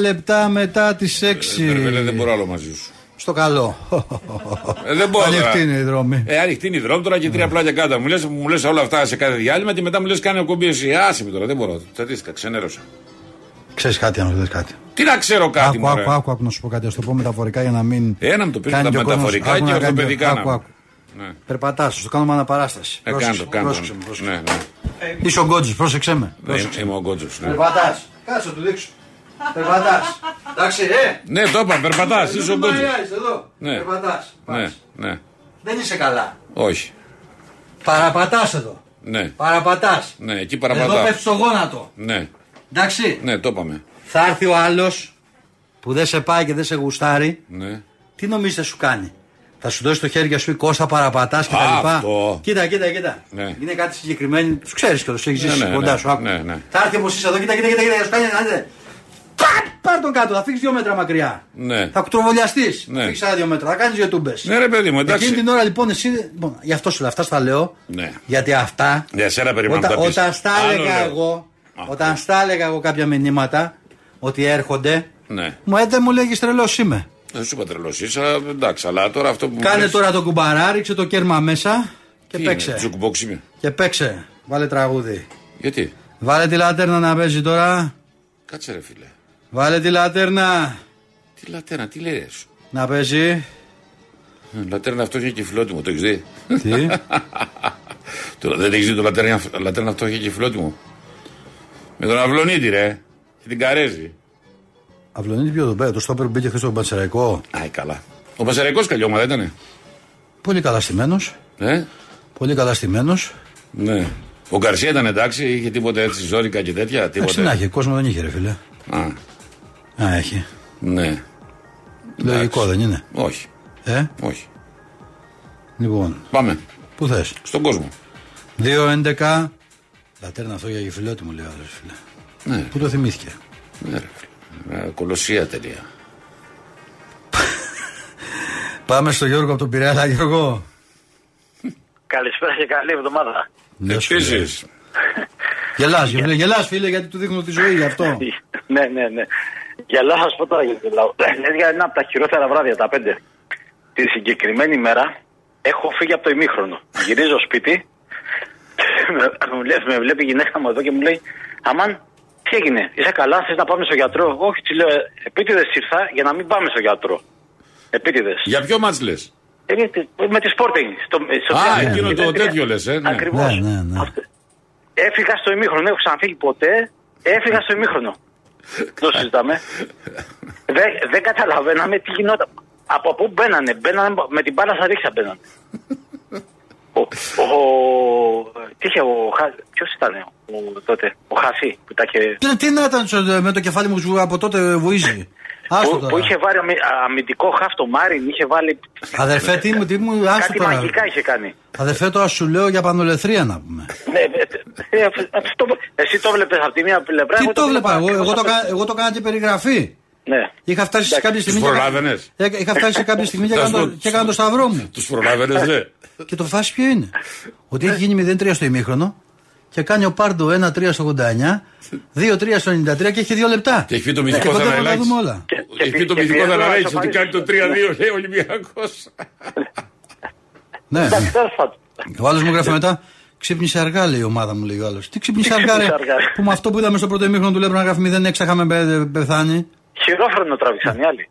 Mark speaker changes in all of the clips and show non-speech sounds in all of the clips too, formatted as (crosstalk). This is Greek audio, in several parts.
Speaker 1: λεπτά μετά τις 6.
Speaker 2: Βερβελέ, δεν μπορώ άλλο μαζί σου.
Speaker 1: Στο καλό.
Speaker 2: Ε, δεν μπορώ.
Speaker 1: Ανοιχτή είναι Ναι. η δρόμη.
Speaker 2: Ε, ανοιχτή είναι η δρόμη τώρα και τρία πλάκια κάτω. Μου λες μου λες όλα αυτά σε κάθε διάλειμμα και μετά μου λες κάνει εκπομπή εσύ. Άσε με τώρα, δεν μπορώ. Τσατίστηκα, ξενέρωσα.
Speaker 1: Ξέρεις κάτι αν δεν κάτι.
Speaker 2: Τι να ξέρω κάτι
Speaker 1: Άκου,
Speaker 2: μου.
Speaker 1: άκου, άκου, άκου, να σου πω κάτι. Ας το πω μεταφορικά για να μην.
Speaker 2: Ε, να μου το πεις
Speaker 1: κάνει
Speaker 2: μετα-
Speaker 1: και ο κόσμος-
Speaker 2: μεταφορικά
Speaker 1: άκου
Speaker 2: και
Speaker 1: να κάνει-
Speaker 2: ορθοπαιδικά
Speaker 1: Άκου,
Speaker 2: να-
Speaker 1: άκου.
Speaker 2: Ναι.
Speaker 1: Περπατάς, σου το κάνουμε αναπαράσταση.
Speaker 2: Ε,
Speaker 1: Πρόσεξε,
Speaker 2: κάντο, κάντο.
Speaker 1: πρόσεξε με, πρόσεξε.
Speaker 2: Ναι, ναι.
Speaker 1: Είσαι ο Γκότζο, πρόσεξε με.
Speaker 2: Ε, Είμαι ο Γκότζος.
Speaker 1: Περπατάς. Κάτσε, να του δείξω. Περπατάς. Εντάξει, ε.
Speaker 2: Ναι, το είπα, περπατά. Είσαι ο
Speaker 1: Εδώ
Speaker 2: Γκότζο.
Speaker 1: είσαι εδώ.
Speaker 2: Ναι.
Speaker 1: Περπατάς.
Speaker 2: Ναι, ναι.
Speaker 1: Δεν είσαι καλά.
Speaker 2: Όχι.
Speaker 1: Παραπατάς εδώ.
Speaker 2: Ναι,
Speaker 1: Παραπατάς.
Speaker 2: ναι, εκεί
Speaker 1: Εδώ
Speaker 2: παραπατά.
Speaker 1: πέφτει στο γόνατο.
Speaker 2: Ναι,
Speaker 1: Εντάξει.
Speaker 2: ναι, το είπαμε.
Speaker 1: Θα έρθει ο άλλος που δεν σε πάει και δεν σε γουστάρει.
Speaker 2: Ναι.
Speaker 1: Τι νομίζεις θα σου κάνει. Θα σου δώσει το χέρι και σου πει Κώστα παραπατάς και τα λοιπά.
Speaker 2: Αυτό.
Speaker 1: Κοίτα, κοίτα, κοίτα.
Speaker 2: Ναι.
Speaker 1: Είναι κάτι συγκεκριμένο. Τους ξέρεις και έχεις ζήσει
Speaker 2: Ναι, ναι,
Speaker 1: κοντά
Speaker 2: ναι.
Speaker 1: σου. Άκου.
Speaker 2: Ναι, ναι.
Speaker 1: Θα έρθει όπω είσαι εδώ, κοίτα, κοίτα, κοίτα, κοίτα. Σου κάνει άντε. Παπ, Πάρ τον κάτω, θα φύγεις δύο μέτρα μακριά.
Speaker 2: Ναι.
Speaker 1: Θα κουτροβολιαστεί.
Speaker 2: Ναι.
Speaker 1: Θα φύγεις άλλα δύο μέτρα, θα κάνεις δύο τούμπε.
Speaker 2: Ναι, ρε παιδί μου, εντάξει.
Speaker 1: Εκείνη την ώρα λοιπόν εσύ. Λοιπόν, γι' αυτό σου λέω, αυτά στα λέω.
Speaker 2: Ναι.
Speaker 1: Γιατί αυτά.
Speaker 2: Για σένα περιμένω Ναι, να
Speaker 1: Όταν,
Speaker 2: τα πεις.
Speaker 1: όταν στα
Speaker 2: Άλλο
Speaker 1: έλεγα
Speaker 2: λέω.
Speaker 1: εγώ,
Speaker 2: Α,
Speaker 1: όταν στα έλεγα εγώ κάποια μηνύματα ότι έρχονται,
Speaker 2: Ναι.
Speaker 1: μου έτε μου λέγεις τρελός είμαι.
Speaker 2: Δεν σου είπα τρελός είσαι, αλλά εντάξει, αλλά τώρα αυτό που. μου
Speaker 1: Κάνε
Speaker 2: λες-
Speaker 1: τώρα το κουμπαρά, ρίξε το κέρμα μέσα και
Speaker 2: Τι
Speaker 1: παίξε.
Speaker 2: είναι, Jukebox είμαι.
Speaker 1: Και παίξε. Βάλε τραγούδι.
Speaker 2: Γιατί.
Speaker 1: Βάλε τη λατέρνα να παίζει τώρα.
Speaker 2: Κάτσε ρε φίλε.
Speaker 1: Βάλε τη λατέρνα
Speaker 2: Τι λατέρνα, τι λέει σου.
Speaker 1: να παίζει.
Speaker 2: Ε, Λατέρνα αυτό είχε κυφιλότιμο, το έχεις δει.
Speaker 1: (laughs) Τι.
Speaker 2: Τώρα δεν έχεις δει το λατέρνα, λατέρνα αυτό είχε κυφιλότιμο. Με τον Αυλονίτη, ρε. Και την Καρέζη.
Speaker 1: Αυλονίτη πιο εδώ πέρα. Το στόπερ που μπήκε χθες στον Πανσεραϊκό.
Speaker 2: Αι, καλά. Ο Πασαριακό καλή ομάδα ήταν.
Speaker 1: Πολύ καλά στημένος.
Speaker 2: Ε?
Speaker 1: Πολύ καλά στημένος.
Speaker 2: Ναι. Ο Γκαρσία ήταν εντάξει, είχε τίποτα έτσι ζώρικα και τέτοια.
Speaker 1: Εντάξει, ναι. να
Speaker 2: Τίποτα.
Speaker 1: έχει. Κόσμο δεν είχε, ρε φίλε.
Speaker 2: Α,
Speaker 1: Να έχει.
Speaker 2: ναι.
Speaker 1: Λογικό δεν είναι.
Speaker 2: Όχι,
Speaker 1: Ε,
Speaker 2: όχι.
Speaker 1: λοιπόν,
Speaker 2: Πάμε.
Speaker 1: πού θες.
Speaker 2: Στον κόσμο.
Speaker 1: 2-11. Λατέρνα αυτό για γεφυλότη μου λέει ο άλλος, φίλε.
Speaker 2: Ναι,
Speaker 1: Πού το θυμήθηκε.
Speaker 2: ναι, ρε φίλε. Ε, Κολοσσία τελεία.
Speaker 1: Πάμε στο Γιώργο από τον Πειραιά, Έλα, Γιώργο.
Speaker 3: Καλησπέρα και καλή εβδομάδα.
Speaker 1: Γεια σου, φίλε.
Speaker 2: Επίσης,
Speaker 1: Γελάς, φίλε, γελάς φίλε γιατί του δείχνω τη ζωή γι'
Speaker 3: (laughs)
Speaker 1: αυτό.
Speaker 3: ναι, ναι, ναι. Γελάω, θα σου πω τώρα γιατί γελάω. Λες για ένα από τα χειρότερα βράδια, τα πέντε. Τη συγκεκριμένη μέρα έχω φύγει από το ημίχρονο. Γυρίζω σπίτι, (laughs) μου λέει- με βλέπει η γυναίκα μου εδώ και μου λέει Αμάν, τι έγινε, είσαι καλά, θες να πάμε στο γιατρό. Όχι, της λέω, «Ε, επίτηδες ήρθα για να μην πάμε στο γιατρό. Επίτηδες.
Speaker 2: για ποιο μάτς λες.
Speaker 3: Ε, με τη- Με τη Sporting. Στο, ε, στο
Speaker 2: Α,
Speaker 3: τρία-
Speaker 2: εκείνο το
Speaker 3: τρία-
Speaker 2: τέτοιο λες, ε, ναι.
Speaker 3: Ακριβώς.
Speaker 1: Ναι, ναι, ναι.
Speaker 3: Αυτό. Έφυγα στο ημίχρονο, δεν έχω ξαναφύγει ποτέ. Έφυγα στο ημίχρονο. το συζητάμε. δεν, δεν καταλαβαίναμε τι γινόταν. Από πού μπαίνανε, μπαίνανε με την μπάλα στα ρίξα μπαίνανε. ο, ο, τι είχε ο Χα- ποιος ήταν ο, τότε, ο Χασί που τα είχε...
Speaker 1: Τι, τι να ήταν στο- με το κεφάλι μου που από τότε βουίζει. Άστο
Speaker 3: Που, που
Speaker 1: τώρα.
Speaker 3: είχε βάλει αμυ- αμυντικό χάφ το Μάριν, είχε βάλει.
Speaker 1: Αδερφέ, τι μου, τι μου, άστο
Speaker 3: Κάτι
Speaker 1: τώρα.
Speaker 3: μαγικά είχε κάνει.
Speaker 1: Αδερφέ, τώρα σου λέω για πανολεθρία να πούμε.
Speaker 3: Ναι, ε, ε, ε, αυτό το- Εσύ το βλέπες από τη μία πλευρά.
Speaker 1: Τι
Speaker 3: εγώ
Speaker 1: το βλέπα, εγώ,
Speaker 3: ακριβώς
Speaker 1: εγώ, το,
Speaker 3: απ'
Speaker 1: κα- εγώ το έκανα και περιγραφή.
Speaker 3: Ναι.
Speaker 1: Είχα φτάσει σε κάποια στιγμή.
Speaker 2: Τους
Speaker 1: και-
Speaker 2: προλάβαινες.
Speaker 1: Ε, Είχα φτάσει σε κάποια στιγμή και
Speaker 2: Θα
Speaker 1: έκανα το-
Speaker 2: σου-
Speaker 1: και έκανα το σταυρό μου.
Speaker 2: (laughs) Τους προλάβαινες, ναι.
Speaker 1: Και το φάση ποιο είναι. Ότι έχει γίνει 0-3 στο ημίχρονο και κάνει ο Πάρντο 1-3 στο 89, 2-3 στο 93 και έχει 2 λεπτά.
Speaker 2: Ε,
Speaker 1: Ε,
Speaker 2: Και έχει πει το μυθικό
Speaker 1: κοντεύουμε να
Speaker 2: Δαναράκη.
Speaker 1: δούμε όλα.
Speaker 3: Και-
Speaker 2: Έχει
Speaker 3: και-
Speaker 2: πει το
Speaker 3: και
Speaker 2: μυθικό
Speaker 3: πιέζουμε να
Speaker 2: Δαναράκη ότι κάνει το 3-2,
Speaker 3: εξαφανίσουμε.
Speaker 2: λέει ο Ολυμπιακός.
Speaker 1: Ναι.
Speaker 3: Εντάξει, τέλος πάντων.
Speaker 1: Ο άλλος μου γράφει μετά. Ξύπνησε αργά, λέει η ομάδα μου, λέει ο άλλος. Τι ξύπνησε αργά, ρε.
Speaker 3: ξύπνησε αργά.
Speaker 1: που με αυτό που είδαμε στο πρώτο ημίχρονο του Λέπρα να γράφει 0-6 θα είχαμε πε- πεθάνει.
Speaker 3: Χειρόφρενο τράβηξαν οι άλλοι.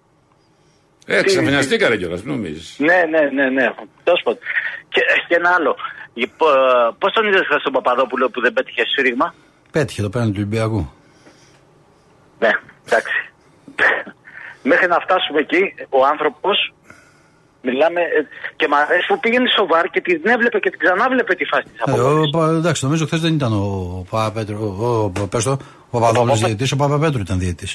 Speaker 2: Ε, ξαφνιαστήκαρε κιόλα, νομίζεις.
Speaker 3: Ναι, ναι, ναι, ναι. Τέλος πάντων. Και, ε, και ένα άλλο. Πώς τον είδες χθες τον Παπαδόπουλο που δεν πέτυχε σύριγμα.
Speaker 1: Πέτυχε το πέραν του Ολυμπιακού.
Speaker 3: Ναι, εντάξει. Μέχρι να φτάσουμε εκεί, ο άνθρωπος. Μιλάμε. ε, Και μ' αρέσει που πήγαινε στο βαρ και την έβλεπε και την ξανάβλεπε τη φάση της
Speaker 1: Ε, ο,
Speaker 3: απόδοση.
Speaker 1: Πα- εντάξει, νομίζω χθες δεν ήταν ο Παπαπέτρου. Ο, ο, ο, πες το, ο Παπαδόπουλος
Speaker 3: Παπα-
Speaker 1: διαιτητής, ο Παπαπέτρου ήταν διαιτητής.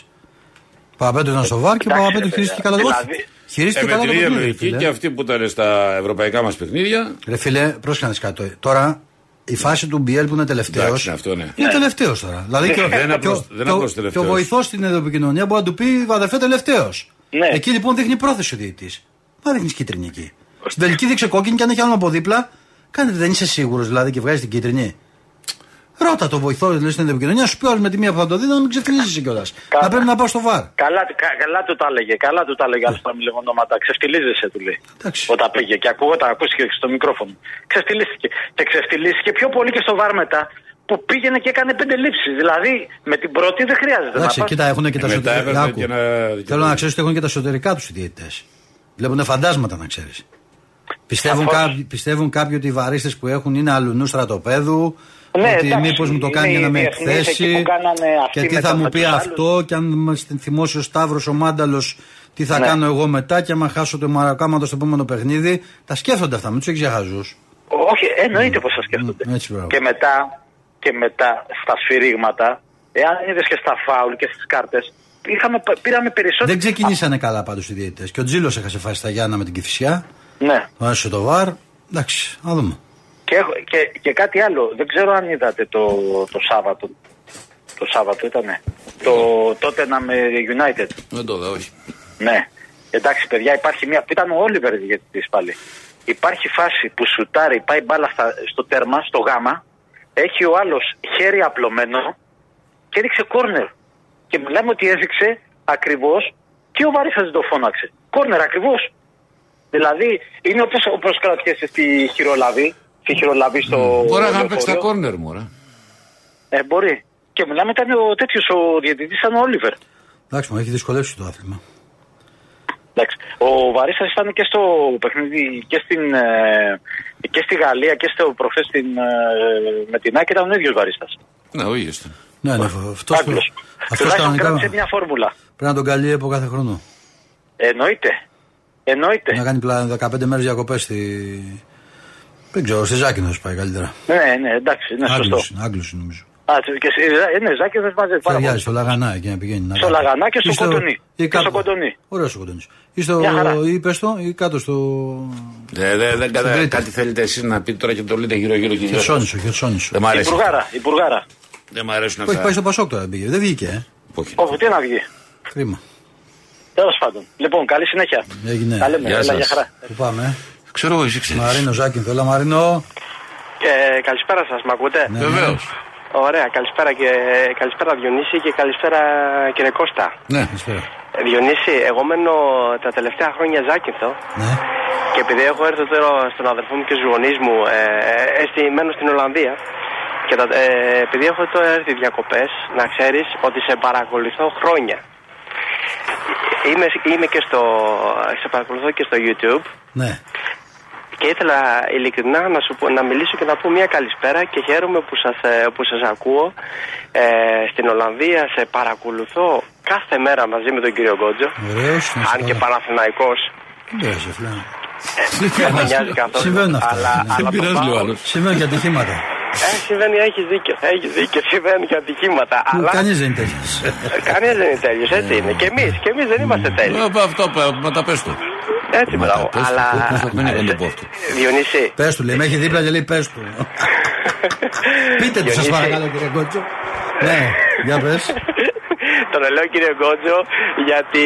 Speaker 1: Ο Παπαπέτρου ήταν στο βάρ και ο
Speaker 3: Εντάξει,
Speaker 1: Παπαπέτρου
Speaker 3: ρε,
Speaker 1: χειρίστηκε
Speaker 3: παιδιά.
Speaker 1: καλά το
Speaker 3: Δηλαδή,
Speaker 1: παιχνίδι.
Speaker 2: Ε,
Speaker 1: Χειρίστηκε
Speaker 2: με
Speaker 1: καλά
Speaker 2: την
Speaker 1: το
Speaker 2: ίδια
Speaker 1: παιχνίδι. ρε
Speaker 2: λογική
Speaker 1: φίλε.
Speaker 2: και αυτοί που ήταν στα ευρωπαϊκά μας παιχνίδια.
Speaker 1: Ρε φίλε, πρόσεχε να δεις κάτι. Τώρα η φάση του Μπιέλ που είναι τελευταίος.
Speaker 2: Εντάξει, αυτό ναι.
Speaker 1: Είναι τελευταίος τώρα. Δηλαδή και, ο-
Speaker 2: Δεν είναι
Speaker 1: και ο-
Speaker 2: απλώς- δεν είναι
Speaker 1: και ο-
Speaker 2: απλώς
Speaker 1: και ο
Speaker 2: τελευταίος.
Speaker 1: βοηθός στην επικοινωνία μπορεί να του πει αδερφέ τελευταίος.
Speaker 3: Ναι.
Speaker 1: Εκεί λοιπόν δείχνει πρόθεση ο διαιτή. Μα δείχνεις κίτρινη εκεί. Στην τελική δείξε κόκκινη και αν έχει άλλο από δίπλα, κάνετε δεν είσαι σίγουρος δηλαδή και βγάζει την κίτρινη. Ρώτα το βοηθό λέει, στην επικοινωνία, σου πει όλος με τη μία που θα το δει να μην ξεφυλίζει κιόλα.
Speaker 3: Καλά.
Speaker 1: Να πρέπει να πάω στο βαρ.
Speaker 3: Καλά, κα- καλά του τα έλεγε, καλά του τα έλεγε, αλλά στα μη λέγω ονόματα. Ξεφτυλίζεσαι, του λέει.
Speaker 1: Ναι. Εντάξει.
Speaker 3: Όταν πήγε και ακούγονταν, ακούστηκε και στο μικρόφωνο. Ξεφτυλίστηκε. Και ξεφτυλίστηκε πιο πολύ και στο βάρ μετά που πήγαινε και έκανε πέντε λήψεις. Δηλαδή με την πρώτη δεν χρειάζεται
Speaker 1: Εντάξει,
Speaker 3: να πας.
Speaker 1: κοίτα, έχουν και τα
Speaker 2: Ε, μετά
Speaker 1: εσωτερικά.
Speaker 2: έπαιρνε
Speaker 1: Άκου.
Speaker 2: και ένα
Speaker 1: Θέλω να
Speaker 2: δικαιολογείο.
Speaker 1: ξέρεις ότι έχουν και τα εσωτερικά του οι διαιτητέ. Βλέπουν φαντάσματα, να ξέρεις. Πιστεύουν,
Speaker 3: Σαφώς.
Speaker 1: κάποιοι, πιστεύουν κάποιοι ότι οι βαρίστε που έχουν είναι αλλουνού στρατοπέδου.
Speaker 3: Ναι,
Speaker 1: ότι
Speaker 3: εντάξει,
Speaker 1: μήπως μου το κάνει
Speaker 3: είναι
Speaker 1: για να
Speaker 3: οι
Speaker 1: με
Speaker 3: διεθνείς εκεί
Speaker 1: εκθέσει.
Speaker 3: που κάνανε αυτοί
Speaker 1: Και τι
Speaker 3: μετά
Speaker 1: θα μου
Speaker 3: με
Speaker 1: πει
Speaker 3: τους άλλους.
Speaker 1: αυτό. Και αν με στην θυμώσει ο Σταύρος ο Μάνταλος, τι θα
Speaker 3: Ναι.
Speaker 1: κάνω εγώ μετά. Και άμα χάσω το μαρακάματο στο επόμενο παιχνίδι. Τα σκέφτονται αυτά, μην τους έχει για χαζούς.
Speaker 3: Όχι, εννοείται πως θα σκέφτονται.
Speaker 1: Μμμ, Ναι, έτσι, μπράβο.
Speaker 3: και μετά, και μετά στα σφυρίγματα, εάν είδες και στα φάουλ και στις κάρτες, πήραμε περισσότερο.
Speaker 1: Δεν ξεκινήσανε καλά πάντως οι διαιτητές. Και ο Τζίλος έχασε φάση στα Γιάννα με την Κυφυσιά.
Speaker 3: Ναι.
Speaker 1: Ο ένας στο βαρ. Εντάξει, να δούμε.
Speaker 3: Και, έχω- και, και κάτι άλλο, δεν ξέρω αν είδατε το, το Σάββατο. Το Σάββατο ήτανε. Το τότε να με United.
Speaker 2: Δεν το δω, όχι.
Speaker 3: Ναι. Εντάξει, παιδιά, υπάρχει μια. Ήταν ο Όλιβερ διαιτητή πάλι. Υπάρχει φάση που σουτάρει, πάει μπάλα στα- στο τέρμα, στο γάμα. Έχει ο άλλος χέρι απλωμένο και έριξε κόρνερ. Και μιλάμε ότι έδειξε ακριβώς και ο Βαρύφα το φώναξε. Κόρνερ ακριβώς. Δηλαδή είναι όπως προσκρατιέσαι στη χειρολαβή. Στη χειρολαβή στο.
Speaker 2: Μπορεί να
Speaker 3: λεωφορείο.
Speaker 2: παίξεις τα κόρνερ μου, ρε.
Speaker 3: Ε, μπορεί. Και μιλάμε ήταν ο τέτοιος ο διαιτητής, ήταν ο Όλιβερ.
Speaker 1: Εντάξει, μου έχει δυσκολεύσει το άθλημα.
Speaker 3: Εντάξει. Ο Βαρύσας ήταν και στο παιχνίδι και, στην, ε, και στη Γαλλία και στο προχθές με την ΑΕΚ ήταν ο ίδιος Βαρύσας.
Speaker 2: Ναι, ο ίδιος ήταν.
Speaker 1: Ναι, ναι, αυτό που. Αυτός
Speaker 3: Τουλάχιστον
Speaker 1: κανονικά
Speaker 3: κράτησε μια Ναι. φόρμουλα.
Speaker 1: πρέπει να τον καλεί από κάθε χρόνο.
Speaker 3: Εννοείται. Εννοείται.
Speaker 1: Να κάνει πλά, 15 μέρες διακοπές στη. Δεν ξέρω, στη Ζάκη να σου πάει καλύτερα.
Speaker 3: Ναι, ναι, εντάξει, είναι σωστό.
Speaker 1: Άγγλος είναι, Άγγλος είναι, νομίζω.
Speaker 3: Α, και, ε, ναι, Ζάκη δεν βάζει πάρα
Speaker 1: Ταιριάζει
Speaker 3: πολύ.
Speaker 1: στο Λαγανά εκεί να πηγαίνει. να
Speaker 3: Στο
Speaker 1: κάνει.
Speaker 3: Λαγανά και στο
Speaker 1: Ή
Speaker 3: Κοντονί.
Speaker 1: ή
Speaker 3: Και
Speaker 1: κάτω.
Speaker 3: στο Κοντονί.
Speaker 1: Ωραίος ο Κοντονί. Ή
Speaker 3: Μια χαρά.
Speaker 1: στο. ή πες το, ή κάτω στο.
Speaker 2: Ε, δε- δεν κατα-
Speaker 1: Τρίτη.
Speaker 2: Κάτι θέλετε εσείς να πείτε τώρα και το λέτε γύρω-γύρω και γύρω.
Speaker 1: Χερσόνησο, Χερσόνησο.
Speaker 2: Δεν μ'
Speaker 3: Η
Speaker 2: αρέσει.
Speaker 3: Μπουργάρα, η Μπουργάρα.
Speaker 2: Δεν μ' αρέσουν
Speaker 1: Που έχει πάει
Speaker 2: αυτά.
Speaker 1: στο Πασόκ τώρα πήγε. Δεν βγήκε, ε.
Speaker 2: Όχι.
Speaker 3: Όχι, τι να βγει.
Speaker 1: Κρίμα.
Speaker 3: Τέλος πάντων. Λοιπόν, καλή συνέχεια.
Speaker 1: Έγινε.
Speaker 3: Τα λέμε.
Speaker 2: Γεια
Speaker 3: Έλα,
Speaker 2: σας.
Speaker 3: για χαρά.
Speaker 1: Πού πάμε. ε?
Speaker 2: Ξέρω εγώ, εσύ ξέρεις.
Speaker 1: Μαρίνο Ζάκη, έλα Μαρίνο.
Speaker 4: Ε, καλησπέρα σας, μ' ακούτε.
Speaker 1: Ναι.
Speaker 2: Βεβαίως.
Speaker 4: Ωραία, καλησπέρα, και, καλησπέρα Διονύση και καλησπέρα κύριε Κώστα.
Speaker 2: Ναι.
Speaker 1: Καλησπέρα.
Speaker 4: Ε, Διονύση, εγώ μένω τα τελευταία χρόνια Ζάκυνθο
Speaker 1: Ναι.
Speaker 4: και επειδή έχω έρθει τώρα στον αδερφό μου και στους γονείς μου, ε, ε, ε, στη- μένω στην Ολλανδία και τα, ε, επειδή έχω τώρα έρθει διακοπές, να ξέρεις ότι σε παρακολουθώ χρόνια. Είμαι, είμαι και στο, σε παρακολουθώ και στο YouTube
Speaker 1: Ναι.
Speaker 4: και ήθελα ειλικρινά να, σου, πω- να μιλήσω και να πω μια καλησπέρα και χαίρομαι που σας, ε, που σας ακούω. Ε, στην Ολλανδία σε παρακολουθώ κάθε μέρα μαζί με τον κύριο Γκότζο.
Speaker 1: Ωραίος, να είσαι
Speaker 4: Αν και
Speaker 2: ναι.
Speaker 1: καλά.
Speaker 4: Παναθηναϊκός.
Speaker 1: Δεν πειράζει, φίλε.
Speaker 4: Δεν με νοιάζει καθόλου.
Speaker 1: Συμβαίνουν αυτά.
Speaker 4: Αλλά,
Speaker 1: Δεν
Speaker 4: αλλά
Speaker 2: Δεν
Speaker 4: το
Speaker 2: πειράζει,
Speaker 4: πάω-
Speaker 2: λέει ο άλλος.
Speaker 1: Συμβαίνουν και ατυχήματα.
Speaker 4: Ε, συμβαίνει, έχεις δίκιο. Έχεις δίκιο, συμβαίνει και ατυχήματα. Αλλά
Speaker 1: Κανείς δεν είναι τέτοιος.
Speaker 4: κανείς δεν είναι τέλειος,
Speaker 2: Ε,
Speaker 4: έτσι είναι. Και εμείς, και εμείς δεν είμαστε τέλειοι.
Speaker 2: Αυτό μα τα πες του.
Speaker 4: Έτσι,
Speaker 2: ε, Μα
Speaker 4: μπράβο.
Speaker 2: τα πες του.
Speaker 4: Αλλά.
Speaker 2: Πώς θα- μην έκανε το πω αυτό.
Speaker 4: Διονύση, (laughs)
Speaker 1: Πες του, λέει, με έχει δίπλα και λέει πες του. Πείτε του, σας
Speaker 4: Διονύση.
Speaker 1: παρακαλώ, κύριε Κότσο. Ναι, για πες.
Speaker 4: Τον λέω κύριε Γκότζο γιατί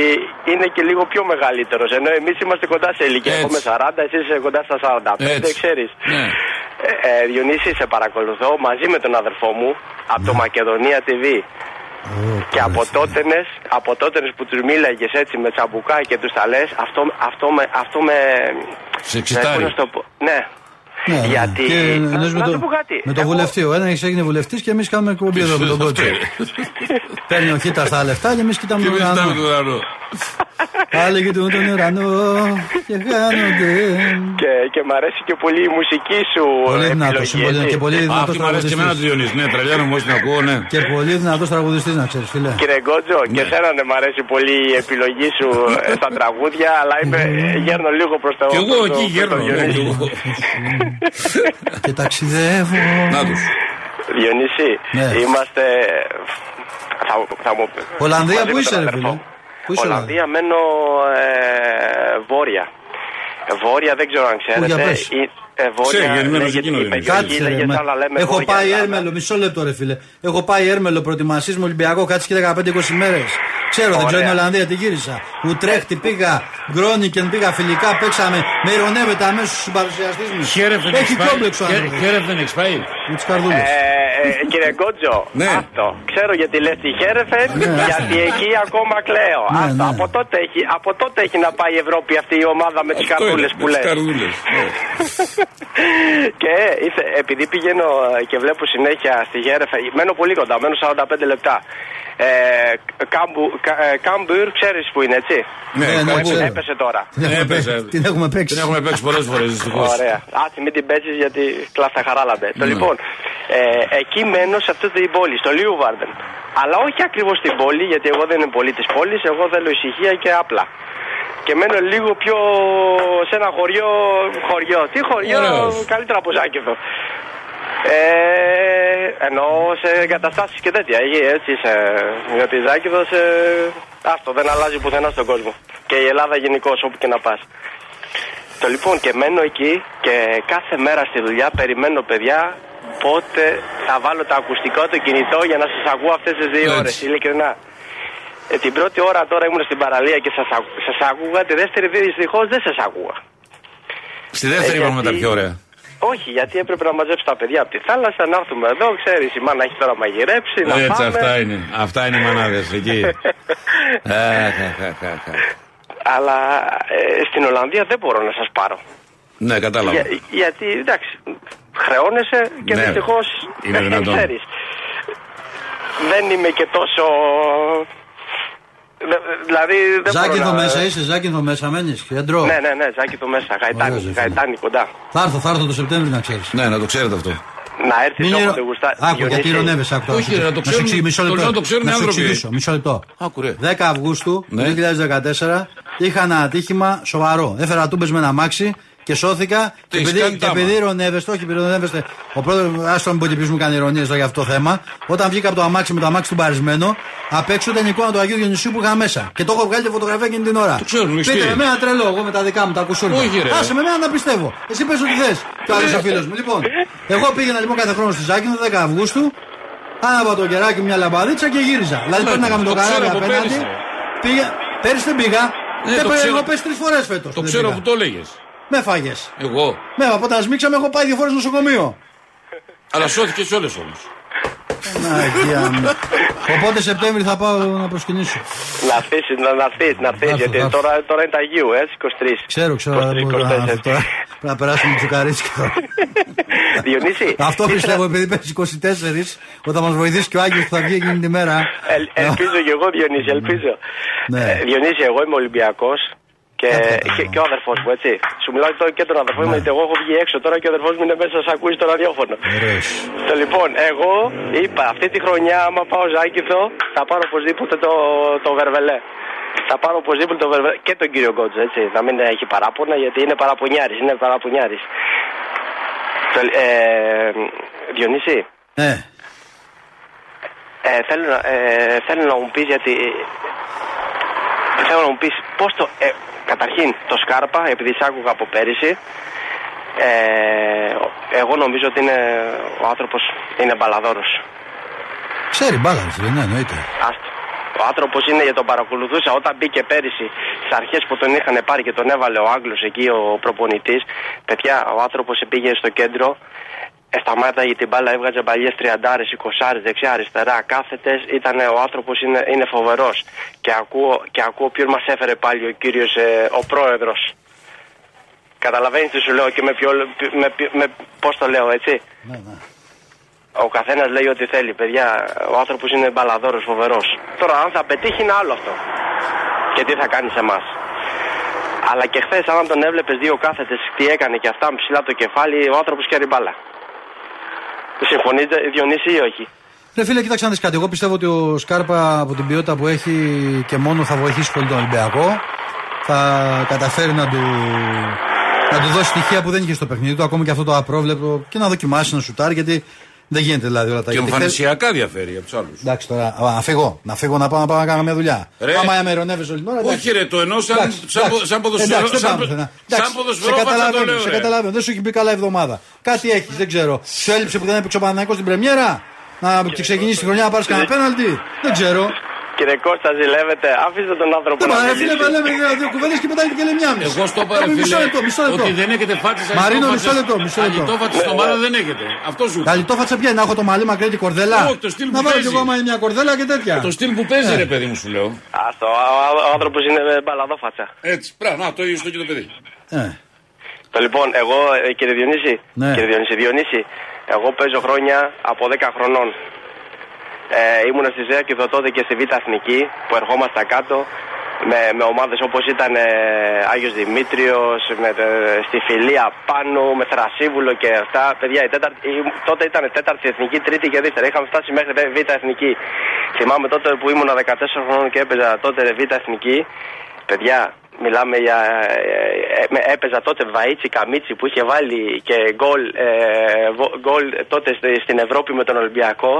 Speaker 4: είναι και λίγο πιο μεγαλύτερος Ενώ εμείς είμαστε κοντά σε ηλικία.
Speaker 2: Έτσι.
Speaker 4: Εγώ είμαι 40, εσύ είσαι κοντά στα 45,
Speaker 2: Έτσι.
Speaker 4: ξέρεις
Speaker 2: Ναι.
Speaker 4: Ε, ε, Διονύση, σε παρακολουθώ μαζί με τον αδερφό μου από το
Speaker 2: Ναι.
Speaker 4: Μακεδονία TV. Και από τότενες, από τότενες που τους μίλαγες έτσι με τσαμπουκά και τους τα λες, αυτό, αυτό, με, αυτό με...
Speaker 2: Σε εξητάρει.
Speaker 4: Ναι, πώς να το πω. Ναι.
Speaker 1: Ναι, ναι.
Speaker 4: Γιατί...
Speaker 1: Και,
Speaker 4: Να-
Speaker 1: εννοείς
Speaker 4: να
Speaker 1: με,
Speaker 4: σου
Speaker 1: το,
Speaker 4: πω κάτι.
Speaker 1: με το
Speaker 4: Εγώ-
Speaker 1: βουλευτή. Ο ένας έχει έγινε βουλευτής και εμείς κάνουμε κουμπί εδώ με τον κότσο. Παίρνει ο Χίτας τα λεφτά και εμείς κοιτάμε
Speaker 2: Και
Speaker 1: τον
Speaker 2: εμείς κοιτάμε τον
Speaker 1: ουρανό.
Speaker 2: ουρανό.
Speaker 1: Άλλοι κοιτούν τον ουρανό και χάνονται.
Speaker 4: Και, και μ' αρέσει και πολύ η μουσική σου.
Speaker 1: Πολύ
Speaker 4: ε,
Speaker 1: δυνατός
Speaker 4: επιλογή,
Speaker 1: συμπολίτη
Speaker 4: έτσι.
Speaker 1: και πολύ
Speaker 2: Α,
Speaker 1: δυνατό
Speaker 2: Αυτή μου αρέσει και εμένα ο
Speaker 1: τραγουδιστής.
Speaker 2: Διονύσης. Ναι, τρελαίνω μου όσοι την ακούω, ναι.
Speaker 1: Και πολύ δυνατός τραγουδιστής να ξέρεις, φίλε.
Speaker 4: Κύριε Γκότζο, και σένα ναι, μ' αρέσει πολύ η επιλογή σου
Speaker 1: Ναι.
Speaker 4: ε, στα τραγούδια, αλλά είμαι, γέρνω λίγο προς το.
Speaker 2: Κι εγώ
Speaker 4: προς το-
Speaker 2: εκεί
Speaker 4: προς το
Speaker 2: γέρνω. ναι,
Speaker 4: Διονύση.
Speaker 2: κι εγώ.
Speaker 1: Και ταξιδεύω.
Speaker 2: Να τους.
Speaker 4: Διονύση,
Speaker 1: Ναι.
Speaker 4: είμαστε. Θα, θα μου...
Speaker 1: Ολλανδία,
Speaker 4: μαζί
Speaker 1: πού
Speaker 4: με
Speaker 1: είσαι,
Speaker 4: τον
Speaker 1: ρε
Speaker 4: αδερφό
Speaker 1: φίλε?
Speaker 4: μου.
Speaker 1: Πού είσαι,
Speaker 4: Ολλανδία, μένω ε, βόρεια. Βόρεια, δεν ξέρω αν
Speaker 1: για
Speaker 4: ξέρετε.
Speaker 1: πες.
Speaker 4: Η- ε,
Speaker 2: Ξέρει, γεννημένος
Speaker 4: λέγεται-
Speaker 2: εκείνο
Speaker 4: η
Speaker 2: είναι.
Speaker 4: περιοχή
Speaker 1: Κάτσε ρε,
Speaker 4: λέγεται,
Speaker 1: με.
Speaker 4: αλλά λέμε
Speaker 1: Έχω
Speaker 4: Βόρεια
Speaker 1: πάει
Speaker 4: Ελλάδα.
Speaker 1: έρμελο, μισό λεπτό ρε φίλε. Έχω πάει έρμελο προετοιμασίε με Ολυμπιακό, κάτσε και 15-20 μέρες. Ξέρω, δεν
Speaker 4: Ωραία.
Speaker 1: ξέρω την Ολλανδία, την γύρισα. Ουτρέχτη πήγα, Γκρόνικεν πήγα, φιλικά παίξαμε. Με ηρωνεύεται αμέσως ο συμπαρουσιαστής μου.
Speaker 2: Χέρευεν
Speaker 1: Έχει
Speaker 2: έχεις πάει.
Speaker 1: κόμπλεξ ο άνθρωπος.
Speaker 2: Χέ- Χέρευεν έχεις πάει.
Speaker 1: Με τις καρδούλες.
Speaker 4: Ε, ε, κύριε Γκότζο,
Speaker 2: Ναι.
Speaker 4: αυτό. Ξέρω γιατί λες τη χέρεφεν, γιατί εκεί ακόμα κλαίω.
Speaker 1: Ναι,
Speaker 4: Αυτό,
Speaker 1: ναι.
Speaker 4: Από, τότε έχει, από τότε έχει να πάει η Ευρώπη αυτή η ομάδα με τις
Speaker 2: Αυτό
Speaker 4: καρδούλες
Speaker 2: είναι,
Speaker 4: που
Speaker 2: με τις
Speaker 4: λες.
Speaker 2: καρδούλες, ναι.
Speaker 4: (laughs) και ήθε, επειδή πηγαίνω ε, και βλέπω συνέχεια στη Γέρεφε, μένω πολύ κοντά, μένω 45 λεπτά. Ε, κάμπου, κα, ε, Κάμπουρ, ξέρεις που είναι, έτσι.
Speaker 2: Ναι,
Speaker 1: Ναι, ναι,
Speaker 2: κάτσε.
Speaker 1: ξέρω.
Speaker 4: Έπεσε τώρα.
Speaker 1: Την έχουμε
Speaker 2: έπαιζε.
Speaker 4: ε,
Speaker 1: παίξει. Την έχουμε παίξει.
Speaker 2: Την έχουμε παίξει πολλές φορές δυστυχώς.
Speaker 4: Ωραία. Άτσι, μην την παίζεις γιατί κλάστα χαράλαμπε. Το λοιπόν, ε, εκεί μένω σε αυτή την πόλη, στο Λίουβαρντεν. Αλλά όχι ακριβώς στην πόλη, γιατί εγώ δεν είμαι πολύ τη πόλης, εγώ θέλω ησυχία και απλά. Και μένω λίγο πιο σε ένα χωριό. χωριό. Τι χωριό,
Speaker 2: Ωραίος.
Speaker 4: καλύτερα από Ζάκηθο. Ε, εννοώ σε εγκαταστάσεις και τέτοια. Εκεί, έτσι, σε, γιατί Ζάκηθο. Ε, αυτό δεν αλλάζει πουθενά στον κόσμο. Και η Ελλάδα γενικώ, όπου και να πας. Το λοιπόν και μένω εκεί και κάθε μέρα στη δουλειά περιμένω παιδιά πότε θα βάλω τα ακουστικά το κινητό για να σας ακούω αυτές τις δύο
Speaker 2: Έτσι.
Speaker 4: ώρες, ειλικρινά. Ε, την πρώτη ώρα τώρα ήμουν στην παραλία και σας, ακου- σας άκουγα, τη δεύτερη δυστυχώς δεν σας ακούγα.
Speaker 2: Στη δεύτερη
Speaker 4: Ε,
Speaker 2: είπαμε τα
Speaker 4: γιατί-
Speaker 2: πιο ωραία.
Speaker 4: Όχι, γιατί έπρεπε να μαζέψω τα παιδιά από τη θάλασσα, να έρθουμε εδώ, ξέρεις, η μάνα έχει τώρα μαγειρέψει, να
Speaker 2: Έτσι,
Speaker 4: πάμε.
Speaker 2: αυτά είναι. Αυτά είναι οι μανάδες εκεί. Αχ, αχ, αχ, αχ, αχ.
Speaker 4: (laughs) Αλλά ε, στην Ολλανδία δεν μπορώ να σας πάρω.
Speaker 2: Ναι, κατάλαβα.
Speaker 4: Για- γιατί εντάξει, χρεώνεσαι και
Speaker 2: Ναι,
Speaker 4: δυστυχώς (laughs)
Speaker 2: είναι δυνατόν.
Speaker 4: ξέρεις. Δεν είμαι και τόσο. Δε- Δηλαδή δεν
Speaker 1: Ζάκι
Speaker 4: μπορώ
Speaker 1: εδώ
Speaker 4: να...
Speaker 1: μέσα είσαι, Ζάκι εδώ μέσα μένεις. Κέντρο.
Speaker 4: Ναι, ναι, ναι, Ζάκη το μέσα. Γαϊτάνι,
Speaker 1: Ωραίος, ρε φίλε.
Speaker 4: γαϊτάνι κοντά.
Speaker 1: Θα έρθω, θα έρθω το Σεπτέμβριο να ξέρεις.
Speaker 2: Ναι, να το ξέρετε αυτό.
Speaker 4: Να έρθεις
Speaker 1: Μην
Speaker 4: όποτε
Speaker 1: ηρω-
Speaker 4: γουστά.
Speaker 1: Άκου, γιατί
Speaker 4: Διονύση.
Speaker 1: ηρωνεύεσαι, άκου. τώρα.
Speaker 2: Όχι, ρε, να το
Speaker 1: σου
Speaker 2: ξέρουν-
Speaker 1: εξηγήσω, μισό
Speaker 2: το-
Speaker 1: λεπτό.
Speaker 2: να το ξέρουν οι
Speaker 1: σου
Speaker 2: άνθρωποι.
Speaker 1: εξηγήσω, μισό λεπτό.
Speaker 2: Άκου, ρε.
Speaker 1: 10 Αυγούστου
Speaker 2: Ναι.
Speaker 1: 2014 είχα ένα ατύχημα σοβαρό. Έφερα τούμπες με ένα μάξι και σώθηκα. Και
Speaker 2: έχεις
Speaker 1: επειδή,
Speaker 2: κάνει
Speaker 1: και
Speaker 2: τάμα.
Speaker 1: επειδή ηρωνεύεστε, όχι, επειδή ηρωνεύεστε. Ο πρόεδρος, άστο να μην πω και ποιος μου κάνει ηρωνίε για αυτό το θέμα. Όταν βγήκα από το αμάξι με το αμάξι του μπαρισμένο, απ' έξω ήταν η εικόνα του Αγίου Διονυσίου που είχα μέσα. Και το έχω βγάλει τη φωτογραφία εκείνη την ώρα.
Speaker 2: Το ξέρουν, ισχύει.
Speaker 1: Πείτε με ένα τρελό, εγώ με τα δικά μου τα ακουσούρια.
Speaker 2: Όχι, ρε. ε?
Speaker 1: Άσε με μένα να πιστεύω. Εσύ πες ό,τι θες. Και ο άλλος ο φίλος μου. Λοιπόν, εγώ πήγαινα λοιπόν κάθε χρόνο στη Ζάκυνθο 10 Αυγούστου. Άναβα το κεράκι μου μια λαμπαδίτσα και γύριζα. Δηλαδή
Speaker 2: Ναι,
Speaker 1: πέρναγα με το
Speaker 2: το
Speaker 1: καράβι
Speaker 2: ξέρω από
Speaker 1: απέναντι.
Speaker 2: πέρυσι.
Speaker 1: Πήγα, πέρυσι δεν πήγα.
Speaker 2: Ναι,
Speaker 1: δεν
Speaker 2: το
Speaker 1: πήγα,
Speaker 2: ξέρω.
Speaker 1: εγώ πες τρεις φορές φέτος.
Speaker 2: Το
Speaker 1: δεν
Speaker 2: ξέρω
Speaker 1: πήγα.
Speaker 2: που το έλεγες.
Speaker 1: Με φάγες.
Speaker 2: Εγώ.
Speaker 1: Με από όταν σμίξαμε έχω πάει δύο φορές νοσοκομείο.
Speaker 2: Αλλά σώθηκε όλες όμως.
Speaker 1: Ε, Αγία μου. Οπότε Σεπτέμβρη θα πάω να προσκυνήσω.
Speaker 4: Να αφήσεις, να, να αφήσεις, να αφήσεις.
Speaker 1: Άρθω,
Speaker 4: Γιατί
Speaker 1: άρθω.
Speaker 4: τώρα, τώρα είναι τα Αγίου, έτσι, 23.
Speaker 1: Ξέρω, ξέρω. αλλά
Speaker 4: 23,
Speaker 1: μπορώ να-
Speaker 4: 24.
Speaker 1: αυτό- (laughs) Πρέπει να περάσουμε τσουκαρίσκα.
Speaker 4: Διονύση.
Speaker 1: Αυτό
Speaker 4: ήθελα-
Speaker 1: πιστεύω επειδή πέσει 24 όταν μας βοηθήσει και ο Άγιος που θα βγει εκείνη τη μέρα.
Speaker 4: Ελ-
Speaker 5: Ε,
Speaker 4: ελπίζω κι εγώ, Διονύση, ελπίζω.
Speaker 1: Ναι.
Speaker 4: Ε, Διονύση, εγώ είμαι Ολυμπιακός και,
Speaker 1: Κάτσε τώρα.
Speaker 4: και, και ο αδερφός μου, έτσι. Σου μιλάω τώρα και τον αδερφό μου, γιατί εγώ έχω βγει έξω τώρα και ο αδερφός μου είναι μέσα, σε ακούει στο ραδιόφωνο.
Speaker 1: Ωραίος.
Speaker 4: Το λοιπόν, εγώ είπα αυτή τη χρονιά, άμα πάω Ζάκηθο, θα πάρω οπωσδήποτε το, το Βερβελέ. Θα πάρω οπωσδήποτε το Βερβελέ και τον κύριο Γκότζ, έτσι. Να μην έχει παράπονα, γιατί είναι παραπονιάρη. Είναι παραπονιάρη. Ε, Διονύση,
Speaker 1: Ναι.
Speaker 4: ε, θέλω, να- ε, θέλω να μου πεις γιατί... ε, Θέλω να μου πεις πώς το... ε, καταρχήν, το Σκάρπα, επειδή σ' άκουγα από πέρυσι, ε, εγώ νομίζω ότι είναι, ο άνθρωπος είναι μπαλαδόρος.
Speaker 1: Ξέρει μπάλα, ρε φίλε, ναι, εννοείται.
Speaker 4: Άστο. Ο άνθρωπος είναι για τον παρακολουθούσα όταν μπήκε πέρυσι στι αρχές που τον είχαν πάρει και τον έβαλε ο Άγγλος εκεί, ο προπονητής. Παιδιά, ο άνθρωπος πήγε στο κέντρο, ε, σταμάταγε την μπάλα, έβγαζε παλιέ 30, 20, δεξιά, αριστερά, κάθετες. Ήταν ο άνθρωπος είναι, είναι φοβερός. Και ακούω, και ακούω ποιον μας έφερε πάλι ο κύριος ε, ο πρόεδρος. Καταλαβαίνεις τι σου λέω και με, ποιο, με, ποιο- με, πώς το λέω, έτσι.
Speaker 1: Ναι, ναι.
Speaker 4: Ο καθένας λέει ό,τι θέλει, παιδιά. Ο άνθρωπος είναι μπαλαδόρος, φοβερός. Τώρα, αν θα πετύχει, είναι άλλο αυτό. Και τι θα κάνει σε εμάς. Αλλά και χθες, αν τον έβλεπες δύο κάθετες, τι έκανε και αυτά, ψηλά το κεφάλι, ο άνθρωπος κέρει μπάλα. Συμφωνείτε, Διονύση, ή όχι.
Speaker 1: Ρε φίλε, κοίταξε να δεις κάτι. Εγώ πιστεύω ότι ο Σκάρπα από την ποιότητα που έχει και μόνο θα βοηθήσει πολύ τον Ολυμπιακό. Θα καταφέρει να του, να του δώσει στοιχεία που δεν είχε στο παιχνίδι του, ακόμα και αυτό το απρόβλεπτο και να δοκιμάσει να σουτάρει. Γιατί δεν γίνεται δηλαδή όλα τα
Speaker 2: Και
Speaker 1: γιατί χθες-
Speaker 2: εμφανισιακά διαφέρει από τους άλλους.
Speaker 1: Εντάξει τώρα, α, να φύγω, να φύγω να πάω να, πάω να κάνω μια δουλειά.
Speaker 2: Ρε.
Speaker 1: Άμα με ειρωνεύει όλη την ώρα. εντάξει.
Speaker 2: Όχι ρε, το εννοώ σαν,
Speaker 1: Εντάξει,
Speaker 2: σαν,
Speaker 1: εντάξει.
Speaker 2: πο- σαν ποδοσφαιρό.
Speaker 1: Εντάξει, δεν
Speaker 2: Σαν,
Speaker 1: πάμε πουθενά.
Speaker 2: σαν
Speaker 1: Εντάξει, σε
Speaker 2: ποδοσφαιρόφατσα το
Speaker 1: καταλαβαίνω,
Speaker 2: λέω.
Speaker 1: Σε
Speaker 2: ρε.
Speaker 1: καταλαβαίνω, δεν σου έχει μπει καλά εβδομάδα. Κάτι έχεις, δεν ξέρω. Σου έλειψε που δεν έπαιξε ο Παναναναϊκός στην Πρεμιέρα. Να ξεκινήσει τη χρονιά να πάρεις κανένα πέναλτι. Δεν ξέρω.
Speaker 4: Κύριε Κώστα, ζηλεύετε, αφήστε τον άνθρωπο
Speaker 1: Δεν
Speaker 4: να
Speaker 1: πάει, ρε
Speaker 4: μιλήσει.
Speaker 1: φίλε, Ναι, μα λέμε για δύο κουβέντε και μετά και λέει μια μισή.
Speaker 2: Εγώ στο είπα, ρε
Speaker 1: Πάμε, Μισό
Speaker 2: φίλε,
Speaker 1: λεπτό, μισό λεπτό.
Speaker 2: ότι δεν έχετε φάτσε
Speaker 1: Μαρίνο, μισό λεπτό, μισό λεπτό.
Speaker 2: στην ομάδα δεν έχετε. Αυτό σου. είπα.
Speaker 1: Καλυτό φάτσα πια, να έχω το μαλλί μακρύ και κορδέλα.
Speaker 2: Όχι, το στυλ
Speaker 1: Να
Speaker 2: που
Speaker 1: βάλω κι
Speaker 2: παίζει. Ε,
Speaker 1: εγώ άμα είναι μια κορδέλα και τέτοια.
Speaker 2: Το στυλ που παίζει,
Speaker 1: Ε.
Speaker 2: ρε παιδί μου, σου λέω.
Speaker 4: Άστο, ο, ο, ο άνθρωπος είναι ε, μπαλαδόφατσα.
Speaker 2: Έτσι, πράγμα, το ίδιο στο και το παιδί.
Speaker 1: Ε,
Speaker 4: Το λοιπόν, εγώ, ε, κύριε Διονύση,
Speaker 1: Ναι.
Speaker 4: κύριε Διονύση, Διονύση, εγώ παίζω χρόνια από 10 χρονών. Ε, ήμουνα στη ΖΕΑ και τότε και στη Β' Εθνική που ερχόμασταν κάτω με, με ομάδες όπως ήταν ε, Άγιος Δημήτριος, με, ε, στη Φιλία πάνω, με Θρασίβουλο και αυτά. Παιδιά, η τέταρτη, η- τότε ήταν τέταρτη εθνική, τρίτη και δεύτερη. Είχαμε φτάσει μέχρι δε- Β' Εθνική. Θυμάμαι τότε που ήμουν 14 χρόνων και έπαιζα τότε ρε, Β' Εθνική. Παιδιά, μιλάμε για. ε, ε, με- έπαιζα τότε Βαΐτσι Καμίτσι που είχε βάλει και γκολ, ε, βο- γκολ τότε στη- στην Ευρώπη με τον Ολυμπιακό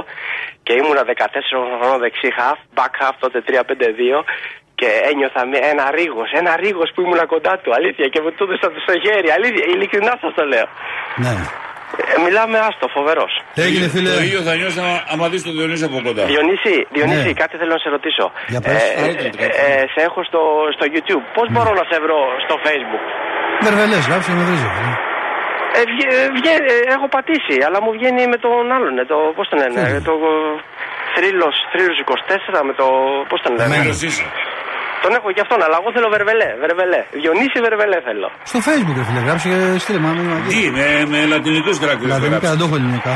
Speaker 4: και ήμουνα 14 χρονών δεξί half, back half τότε 3-5-2 και ένιωθα μια- ένα ρίγος, ένα ρίγος που ήμουνα κοντά του, αλήθεια και μου τούδεσα στο χέρι, αλήθεια, ειλικρινά σας το λέω.
Speaker 1: ναι.
Speaker 4: Ε, μιλάμε άστο, φοβερός.
Speaker 1: Έγινε
Speaker 2: Το
Speaker 1: φίλε.
Speaker 2: ίδιο θα νιώσει άμα δει τον Διονύσιο από κοντά.
Speaker 4: Διονύση, Διονύση
Speaker 1: Ναι.
Speaker 4: κάτι θέλω να σε ρωτήσω.
Speaker 1: Για πες.
Speaker 4: Ε, ε, ε, σε έχω στο, στο YouTube. Πώς μπορώ να σε βρω στο Facebook.
Speaker 1: Βερβελές, γράψε με βρίζει. φίλε.
Speaker 4: Ε, βγε- ε, βγε- ε, έχω πατήσει, αλλά μου βγαίνει με τον άλλον. ε, Το, πώς τον λένε,
Speaker 1: Ποιο?
Speaker 4: ε, το θρύλος, θρύλος 24 με το. Πώς τον λένε.
Speaker 2: Μέρο είσαι.
Speaker 4: Τον έχω και αυτόν, αλλά εγώ θέλω βερβελέ. Βερβελέ. Διονύση βερβελέ θέλω.
Speaker 1: Στο facebook, ρε φίλε, γράψε και στείλε μα μήνυμα εκεί.
Speaker 2: Τι είναι, με λατινικού
Speaker 1: Δηλαδή,
Speaker 2: χαρακτηριστικού.
Speaker 1: δεν το έχω ελληνικά.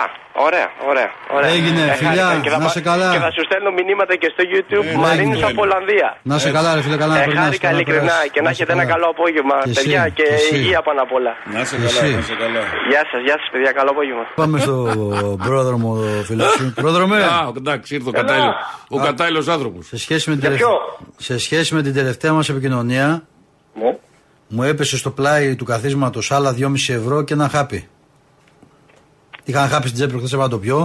Speaker 4: Α, ωραία, ωραία. ωραία. Ε,
Speaker 1: Έγινε, φιλιά,
Speaker 4: χάρηκα. Και θα
Speaker 1: να
Speaker 4: πα-
Speaker 1: σε καλά. ναι,
Speaker 4: Και θα σου στέλνω μηνύματα και στο YouTube.
Speaker 2: Ε,
Speaker 4: Μαρίνης
Speaker 2: έγινε.
Speaker 4: από Ολλανδία.
Speaker 1: Να σε
Speaker 2: Έτσι.
Speaker 1: καλά, ρε φίλε, καλά
Speaker 4: Ε,
Speaker 1: περνάς,
Speaker 4: χάρηκα
Speaker 1: καλά
Speaker 4: ειλικρινά
Speaker 1: περάσεις.
Speaker 4: και να
Speaker 1: σε
Speaker 4: έχετε ένα
Speaker 1: καλά.
Speaker 4: καλό απόγευμα,
Speaker 1: Και εσύ,
Speaker 4: παιδιά, και
Speaker 1: και εσύ.
Speaker 4: υγεία πάνω απ' όλα.
Speaker 2: Να σε
Speaker 1: Εσύ.
Speaker 2: καλά, να σε καλά.
Speaker 4: Γεια σας, γεια σας παιδιά, καλό απόγευμα.
Speaker 1: Πάμε στο πρόδρομο, φίλε.
Speaker 4: Ε.
Speaker 1: Πρόδρομε,
Speaker 2: Α, εντάξει, ήρθε ο κατάλληλος. Ο κατάλληλος άνθρωπος.
Speaker 1: σε σχέση, με την τελευ- σε σχέση με την τελευταία μας επικοινωνία,
Speaker 4: Ναι.
Speaker 1: μου έπεσε στο πλάι του καθίσματος άλλα 2,5 ευρώ και ένα χάπι. Είχα ένα χάπι στην τσέπη, χθες έπρεπε να το πιω.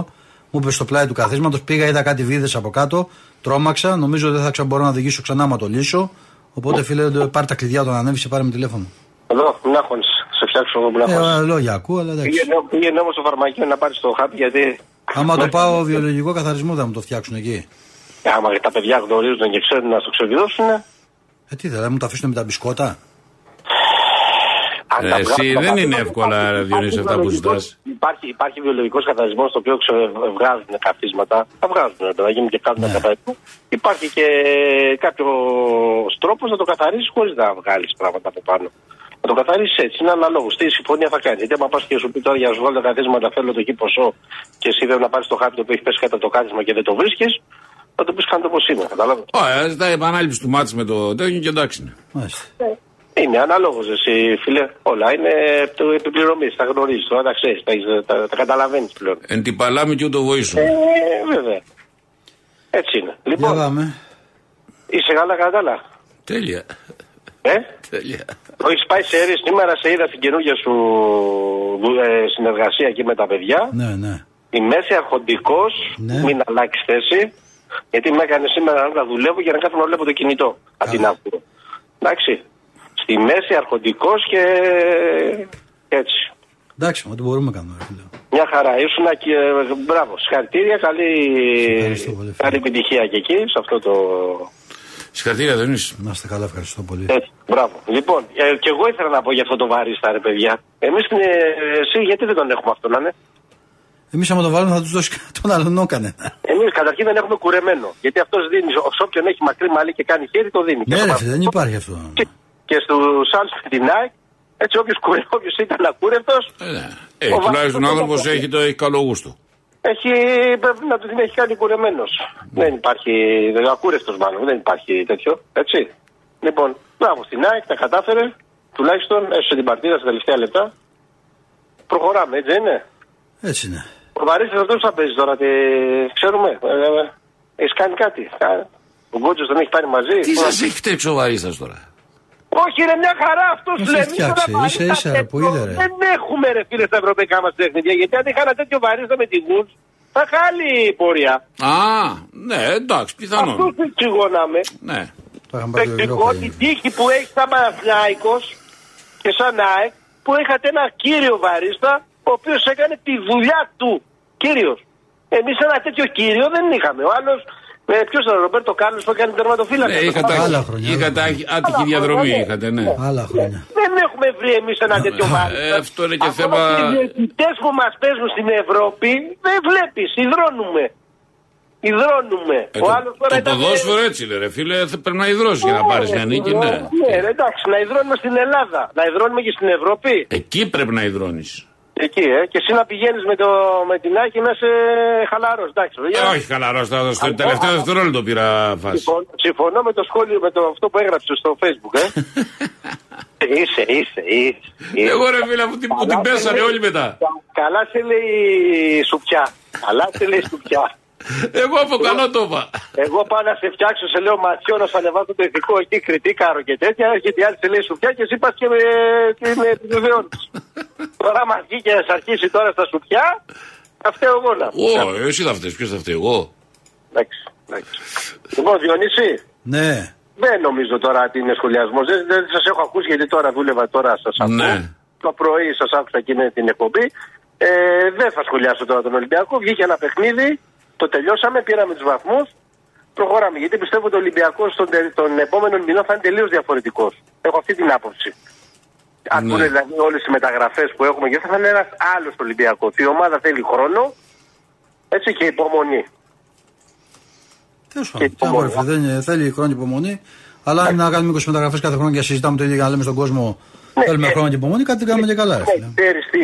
Speaker 1: Μου έπεσε στο πλάι του καθίσματος, πήγα, είδα κάτι βίδες από κάτω, τρόμαξα. Νομίζω δεν θα ξα- μπορώ να οδηγήσω ξανά άμα το λύσω. Οπότε, φίλε, πάρε τα κλειδιά όταν ανέβησε, πάρε με τηλέφωνο.
Speaker 4: Εδώ, Μουνάχονης. Σε φτιάξω εγώ,
Speaker 1: Ε,
Speaker 4: Μουνάχονης.
Speaker 1: ωραία, λόγια ακούω, αλλά εντάξει.
Speaker 4: Πήγαινε, πήγαινε όμως στο φαρμακείο να πάρεις το χάπι γιατί.
Speaker 1: Άμα το πάω βιολογικό καθαρισμό θα μου το φτιάξουν εκεί.
Speaker 4: Άμα τα παιδιά γνωρίζουν και ξέρουν να στο ξεδιδώσουν.
Speaker 1: Ε, τι θα μου τα αφήσουν με τα μπισκότα.
Speaker 4: Αν τα
Speaker 2: Ε, Εσύ
Speaker 4: βγάλουν τα
Speaker 2: δεν
Speaker 4: παιδιά,
Speaker 2: είναι
Speaker 4: υπάρχει-
Speaker 2: εύκολα, ρε, Διονύση,
Speaker 4: υπάρχει
Speaker 2: αυτά που
Speaker 4: βιολογικός-
Speaker 2: ζητάς.
Speaker 4: Υπάρχει, υπάρχει βιολογικός καθαρισμός στο οποίο ξε- βγάζουν καθίσματα. Τα βγάζουν, ρε, να γίνουν και κάνουν
Speaker 2: Ναι.
Speaker 4: ένα καθαρισμό. Υπάρχει και κάποιο τρόπος να το καθαρίσεις χωρίς να βγάλεις πράγματα από πάνω. Να το καθαρίσεις έτσι, είναι αναλόγως. Τι συμφωνία θα κάνεις. Γιατί άμα πας και σου πει τώρα για να σου βγάλω τα καθίσματα, θέλω το εκεί ποσό και εσύ δεν να πάρεις το χάπι το οποίο έχει πέσει κάτω από το κάθισμα και δεν το βρίσκεις, θα το πεις κάνε το πώ είναι. Κατάλαβε.
Speaker 2: Ωραία, ζητάει ε, επανάληψη του μάτς με το τέτοιο και εντάξει. είναι.
Speaker 1: Μάλιστα.
Speaker 5: Ε,
Speaker 4: Είναι ανάλογος εσύ, φίλε. Όλα είναι το επιπληρωμής. Τα γνωρίζεις τώρα, τα ξέρεις, τα, έχεις- τα, τα καταλαβαίνεις πλέον.
Speaker 2: Εν την παλάμη και ούτω βοήσου.
Speaker 4: Ε, βέβαια. Έτσι είναι.
Speaker 1: Για
Speaker 4: Λοιπόν,
Speaker 1: πάμε.
Speaker 4: είσαι καλά, κατάλα.
Speaker 2: Τέλεια.
Speaker 4: Ε,
Speaker 2: Τέλεια.
Speaker 4: έχεις πάει σε αίρεση σήμερα, σε είδα στην καινούργια σου ε, συνεργασία εκεί με τα παιδιά.
Speaker 1: Ναι, ναι.
Speaker 4: Η μέση αρχοντικό,
Speaker 1: Ναι.
Speaker 4: μην αλλάξεις θέση. Γιατί με έκανε σήμερα να δουλεύω για να κάθομαι να βλέπω το κινητό. Αντί να ακούω. Εντάξει. Στη μέση αρχοντικός και έτσι.
Speaker 1: Εντάξει, μα το μπορούμε να κάνουμε. Ρε, φίλε.
Speaker 4: Μια
Speaker 5: Μια χαρά ήσουν και ε, μπράβο. Συγχαρητήρια. Καλή,
Speaker 1: Ευχαριστώ πολύ, φίλε.
Speaker 5: καλή επιτυχία και εκεί σε αυτό το.
Speaker 2: Συγχαρητήρια, δεν είσαι.
Speaker 1: Να είστε καλά, ευχαριστώ πολύ.
Speaker 5: Έτσι, μπράβο. Λοιπόν, ε, και εγώ ήθελα να πω για αυτό το βαρίστα, ρε παιδιά. Εμείς στην ε, εσύ, γιατί δεν τον έχουμε αυτό να είναι.
Speaker 1: Εμείς άμα το βάλουμε θα τους δώσει (laughs) τον άλλον ναι.
Speaker 5: Ε,
Speaker 1: κανένα.
Speaker 5: Εμείς καταρχήν δεν έχουμε κουρεμένο. Γιατί αυτός δίνει, σε όποιον έχει μακρύ μαλλί και κάνει χέρι, το δίνει.
Speaker 1: Ναι,
Speaker 5: Και
Speaker 1: ρε,
Speaker 5: το-
Speaker 1: φίλε, δεν υπάρχει αυτό.
Speaker 5: και, και στου άλλου με την ΑΕΚ, έτσι όποιος ήταν ακούρευτος,
Speaker 2: Ε, ναι. Ε, τουλάχιστον ο άνθρωπο έχει το έχει καλό γούστο.
Speaker 5: έχει, πρέπει να του την έχει κάνει κουρεμένος. Δεν υπάρχει, δεν- ακούρευτος μάλλον, δεν υπάρχει τέτοιο. Έτσι. Λοιπόν, μπράβο στην ΑΕΚ, τα κατάφερε, τουλάχιστον έστω την παρτίδα στα τελευταία λεπτά. Προχωράμε, έτσι δεν είναι.
Speaker 1: Έτσι είναι.
Speaker 5: Ο Βαρύστα αυτός θα παίζει τώρα, τι... ξέρουμε. Ε, ε, Έχεις κάνει κάτι. Α, Ο Γκότζο τον έχει πάρει μαζί.
Speaker 2: Τι
Speaker 5: Τώρα-
Speaker 2: σας έχει φταίξει ο βαρύστα τώρα.
Speaker 5: Όχι, ρε, μια χαρά αυτός
Speaker 1: Να σε
Speaker 5: λέμε.
Speaker 1: φτιάξει,
Speaker 5: Τώρα
Speaker 1: ίσα-
Speaker 5: βαρύστα
Speaker 1: ίσα, ρε, που
Speaker 5: τέτοιο
Speaker 1: είδε, ρε.
Speaker 5: Δεν έχουμε ρε φίλε στα ευρωπαϊκά μας παιχνίδια. Γιατί αν είχα ένα τέτοιο βαρύστα με τη Γκουτ, θα είχα άλλη πορεία.
Speaker 2: Α, ναι, εντάξει,
Speaker 5: Αυτό
Speaker 2: πιθανόν.
Speaker 5: δεν τσιγώναμε.
Speaker 2: Ναι.
Speaker 1: Το είχαμε πάρει το
Speaker 5: Τεχνικό,
Speaker 1: Europa
Speaker 5: τη
Speaker 1: League.
Speaker 5: τύχη που έχει σαν Παναθυνάικο και σαν ΑΕΚ, που είχατε ένα κύριο βαρίστα, ο οποίος έκανε τη δουλειά του. Κύριος. Εμείς ένα τέτοιο κύριο δεν είχαμε. Ο άλλος, ε, ποιος ήταν ο Ρομπέρτο Κάλλο που έκανε τερματοφύλακα.
Speaker 2: Ναι, είχατε,
Speaker 1: Άλλα χρόνια,
Speaker 2: είχατε
Speaker 1: άλλα
Speaker 2: άτυχη- άτυχη διαδρομή, είχατε, ναι.
Speaker 1: Άλλα χρόνια.
Speaker 5: Δεν έχουμε βρει εμείς ένα τέτοιο βάρο.
Speaker 2: Ε, αυτό είναι και θέμα-
Speaker 5: Οι διαιτητέ που μας παίζουν στην Ευρώπη δεν βλέπεις. Ιδρώνουμε. Ιδρώνουμε.
Speaker 2: Ε,
Speaker 5: Ο
Speaker 2: το-
Speaker 5: άλλος τώρα
Speaker 2: το ποδόσφαιρο έτσι είναι, ρε φίλε. θε- Πρέπει να υδρώσεις για να πάρεις μια νίκη, ναι.
Speaker 5: Ναι, ρε, εντάξει, να ιδρώνουμε στην Ελλάδα. Να ιδρώνουμε και στην Ευρώπη.
Speaker 2: Εκεί πρέπει να υδρώνεις.
Speaker 5: Εκεί, ε. Και εσύ να πηγαίνεις με, το... με την Άκη να είσαι χαλαρός. Εντάξει,
Speaker 2: Ε,
Speaker 5: παιδιά.
Speaker 2: όχι καλά, στο στο
Speaker 5: Αυτό-
Speaker 6: Λοιπόν,
Speaker 2: τελευταίο
Speaker 5: αυτό-
Speaker 2: δευτερόλεπτο πήρα φάση.
Speaker 5: Συμφων- συμφωνώ με το σχόλιο, με το αυτό που έγραψες στο Facebook,
Speaker 2: (laughs)
Speaker 5: ε. είσαι, είσαι, είσαι.
Speaker 6: λοιπόν,
Speaker 5: είσαι.
Speaker 2: Εγώ ρε φίλε, που την- που την
Speaker 5: Καλά σε
Speaker 2: πέσανε
Speaker 5: λέει-
Speaker 2: όλοι μετά.
Speaker 5: Καλά σε λέει η σουπιά. Καλά σε λέει η σουπιά.
Speaker 6: λοιπόν.
Speaker 2: Εγώ από καλό το είπα.
Speaker 5: Εγώ πάω να σε φτιάξω, σε λέω ματιό να σου ανεβάσω το ηθικό εκεί, κριτήκαρο και τέτοια. Έρχεται η άλλη, σε λέει σουπιά και εσύ πας και με την επιβεβαιώνεις. τώρα μα βγει και να σε αρχίσει τώρα στα σουπιά, θα φταίω εγώ να.
Speaker 2: Ω, εσύ θα φταίεις, ποιος θα φταίει, εγώ.
Speaker 5: Εντάξει, εντάξει. Λοιπόν, Διονύση,
Speaker 1: Ναι.
Speaker 5: δεν νομίζω τώρα ότι είναι σχολιασμός. Δεν, δεν σας έχω ακούσει γιατί τώρα δούλευα τώρα σας ακούω.
Speaker 2: Ναι.
Speaker 5: Το πρωί σας άκουσα και είναι την εκπομπή. Ε, δεν θα σχολιάσω τώρα τον Ολυμπιακό. Βγήκε ένα παιχνίδι, το τελειώσαμε, πήραμε τους βαθμούς. Προχωράμε γιατί πιστεύω ότι ο Ολυμπιακός τον, τε- τον επόμενο μηνό θα είναι τελείως διαφορετικός. Έχω αυτή την άποψη. Αν
Speaker 2: Ναι.
Speaker 5: πούνε δηλαδή όλες τι μεταγραφές που έχουμε και αυτά, θα είναι ένας άλλος Ολυμπιακός. Η ομάδα θέλει χρόνο έτσι και υπομονή.
Speaker 1: Τέλος πάντων.
Speaker 5: Ε,
Speaker 1: Τι να πω, ρε φίλε, δεν είναι- Θέλει χρόνο και υπομονή. Αλλά αν να κάνουμε 20 μεταγραφές κάθε χρόνο και να συζητάμε το ίδιο για να λέμε στον κόσμο
Speaker 5: Ναι,
Speaker 1: θέλουμε
Speaker 5: ε,
Speaker 1: χρόνο και υπομονή, κάτι κάνουμε και καλά. ρε
Speaker 5: Ναι,
Speaker 1: φίλε.
Speaker 5: ξέρεις τι,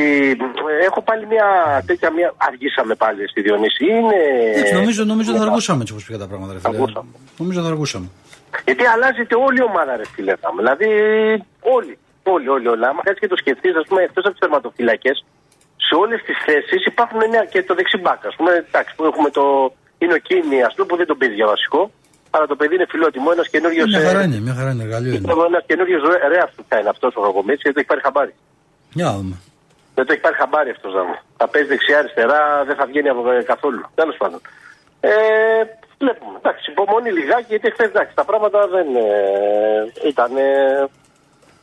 Speaker 5: έχω πάλι μια τέτοια μια... Αργήσαμε πάλι στη Διονύση. Είναι...
Speaker 1: Έτσι, νομίζω, νομίζω θα αργούσαμε έτσι όπως πήγαν τα πράγματα. Ρε, φίλε.
Speaker 5: ε, Αργούσαμε.
Speaker 1: Νομίζω θα αργούσαμε.
Speaker 5: Γιατί αλλάζεται όλη η ομάδα, ρε φίλε. θα μου. Δηλαδή, όλοι. Όλοι, όλοι, όλοι. Άμα κάτσεις και το σκεφτείς, ας πούμε, εκτός από τις θερματοφυλακέ, σε όλες τις θέσεις υπάρχουν νέα και το δεξιμπάκ. Ας πούμε, εντάξει, που έχουμε το. Είναι ο Κίνη, ας πούμε, που δεν τον παίζει για βασικό. Αλλά το παιδί είναι φιλότιμο, ε, ένας καινούριος.
Speaker 1: Μια χαρά είναι, μια χαρά είναι, εργαλείο είναι.
Speaker 5: Ένας καινούριος ρέας του κάνει αυτός ο Ρογομίτη και δεν το έχει πάρει χαμπάρι.
Speaker 1: Για να δούμε.
Speaker 5: Δεν το έχει πάρει χαμπάρι αυτός να μου. Θα παίζει δεξιά-αριστερά, δεν θα βγαίνει από καθόλου. Τέλος πάντων. Ε, βλέπουμε. Εντάξει, υπομονή λιγάκι, γιατί χθες εντάξει, τα πράγματα δεν ε, ήταν. Ε,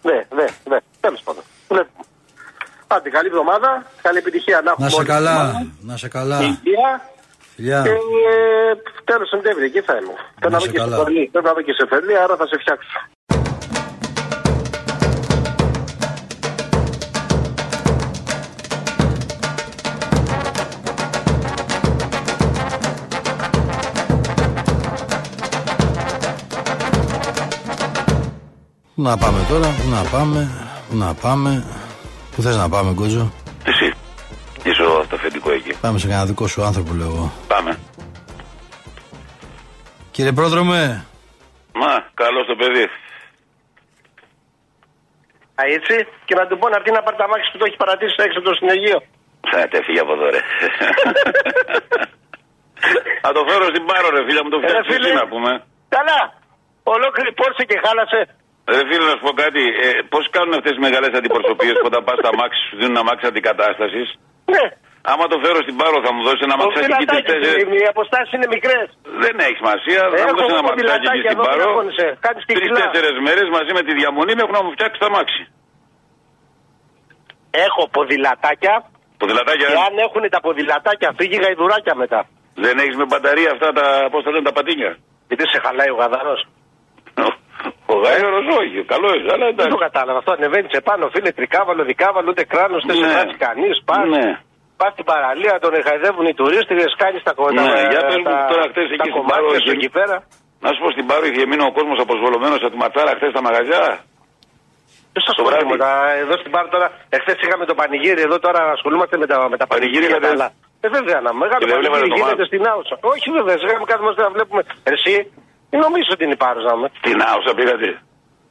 Speaker 5: ναι, ναι, ναι. Τέλος πάντων. Βλέπουμε. Άντε, καλή εβδομάδα, καλή επιτυχία να έχουμε.
Speaker 1: Να σε
Speaker 5: όλη την
Speaker 1: καλά,
Speaker 5: ομάδα.
Speaker 1: να σε καλά.
Speaker 5: Υγεία
Speaker 1: Φιλιά.
Speaker 5: και τέλο Σεπτέμβρη, εκεί θα είμαι. Πρέπει να
Speaker 1: σε
Speaker 5: δω και σε
Speaker 1: καλά.
Speaker 5: Φερλί, Πρέπει να δω και σε Φερλί, άρα θα σε φτιάξω.
Speaker 1: Πού να πάμε τώρα, πού να πάμε, πού να πάμε. Πού θες να πάμε, Κότζο.
Speaker 6: Εσύ. Είσαι στο αφεντικό εκεί.
Speaker 1: Πάμε σε κανένα δικό σου άνθρωπο, λέω εγώ.
Speaker 6: Πάμε.
Speaker 1: Κύριε ε. Πρόδρομε,
Speaker 6: Μα, καλό το παιδί.
Speaker 5: Α, έτσι, και να του πω να έρθει ένα παρταβάκι που το έχει παρατήσει έξω από το συνεργείο.
Speaker 6: Θα έφυγε από
Speaker 4: (laughs)
Speaker 6: εδώ, ρε. Θα το φέρω στην πάρο, ρε φίλε, μου το
Speaker 5: Ε, ρε,
Speaker 6: φτιάξει
Speaker 5: φίλε.
Speaker 6: τι να πούμε.
Speaker 5: Καλά! Ολόκληρη πόρσε και χάλασε.
Speaker 6: Ρε φίλε, να σου πω κάτι. Ε, Πώς κάνουν αυτές τις μεγάλες αντιπροσωπείες που όταν πας στα μάξι σου δίνουν ένα μάξι αντικατάστασης.
Speaker 5: Ναι.
Speaker 6: Άμα το φέρω στην πάρο θα μου δώσει ένα
Speaker 5: Ο
Speaker 6: μαξάκι και
Speaker 5: πιλατάκι,
Speaker 6: τέσσερις.
Speaker 5: οι αποστάσεις είναι μικρές.
Speaker 6: Δεν έχει σημασία. ε, Θα μου
Speaker 5: Έχω
Speaker 6: δώσει ένα
Speaker 5: εγώ
Speaker 6: μαξάκι
Speaker 5: πιλατάκι
Speaker 6: και στην
Speaker 5: εδώ,
Speaker 6: πάρο.
Speaker 5: μοιραγώνεσαι. Κάνεις την κοιλά.
Speaker 6: Τρει-τέσσερι μέρες μαζί με τη διαμονή με έχουν να μου φτιάξει τα μάξι.
Speaker 5: Έχω ποδηλατάκια
Speaker 6: Ποδηλατάκια.
Speaker 5: Και αν έχουν τα ποδηλατάκια, φύγει γαϊδουράκια μετά.
Speaker 6: Δεν έχεις με μπαταρία αυτά τα. Πώς τα λένε τα πατίνια. (laughs)
Speaker 5: Γιατί σε χαλάει ο γαδαρός.
Speaker 6: Ο γάιο όχι, καλό αλλά
Speaker 5: Δεν
Speaker 6: εντάξει.
Speaker 5: το κατάλαβα αυτό. Ανεβαίνεις σε πάνω, φίλε τρικάβαλο, δικάβαλο, ούτε κράνος, δεν σε
Speaker 6: Ναι.
Speaker 5: χάσει κανείς. Πας
Speaker 6: Ναι.
Speaker 5: πας στην παραλία, τον εχαϊδεύουν οι τουρίστριε, κάνεις τα κομμάτια.
Speaker 6: Ναι, για πες μου τώρα χτες εκεί
Speaker 5: τα
Speaker 6: στην
Speaker 5: κομμάτια
Speaker 6: Παρό,
Speaker 5: σου
Speaker 6: είχε-
Speaker 5: εκεί πέρα.
Speaker 6: Να σου πω στην Πάρο είχε μείνει ο κόσμος αποσβολωμένος από τη ματσάρα χθες στα μαγαζιά.
Speaker 5: Ποιος σας
Speaker 6: Το
Speaker 5: πω,
Speaker 6: βράδυ.
Speaker 5: τίποτα. Εδώ στην Πάρο τώρα, εχθέ είχαμε το πανηγύρι, εδώ τώρα ασχολούμαστε με τα, με τα
Speaker 6: Πανηγύρι,
Speaker 5: πανηγύρια. τα
Speaker 6: λέτε.
Speaker 5: άλλα. Ε, βέβαια, να μεγάλο
Speaker 6: Και δεν βλέπατε
Speaker 5: πανηγύρι
Speaker 6: το
Speaker 5: γίνεται
Speaker 6: μάτς.
Speaker 5: στην Άουσα. Όχι, βέβαια, σε κάνουμε κάτι μας να βλέπουμε. Ε, Εσύ, τι νομίζω ότι είναι η Πάρο να με.
Speaker 6: Την άουσα πήγατε.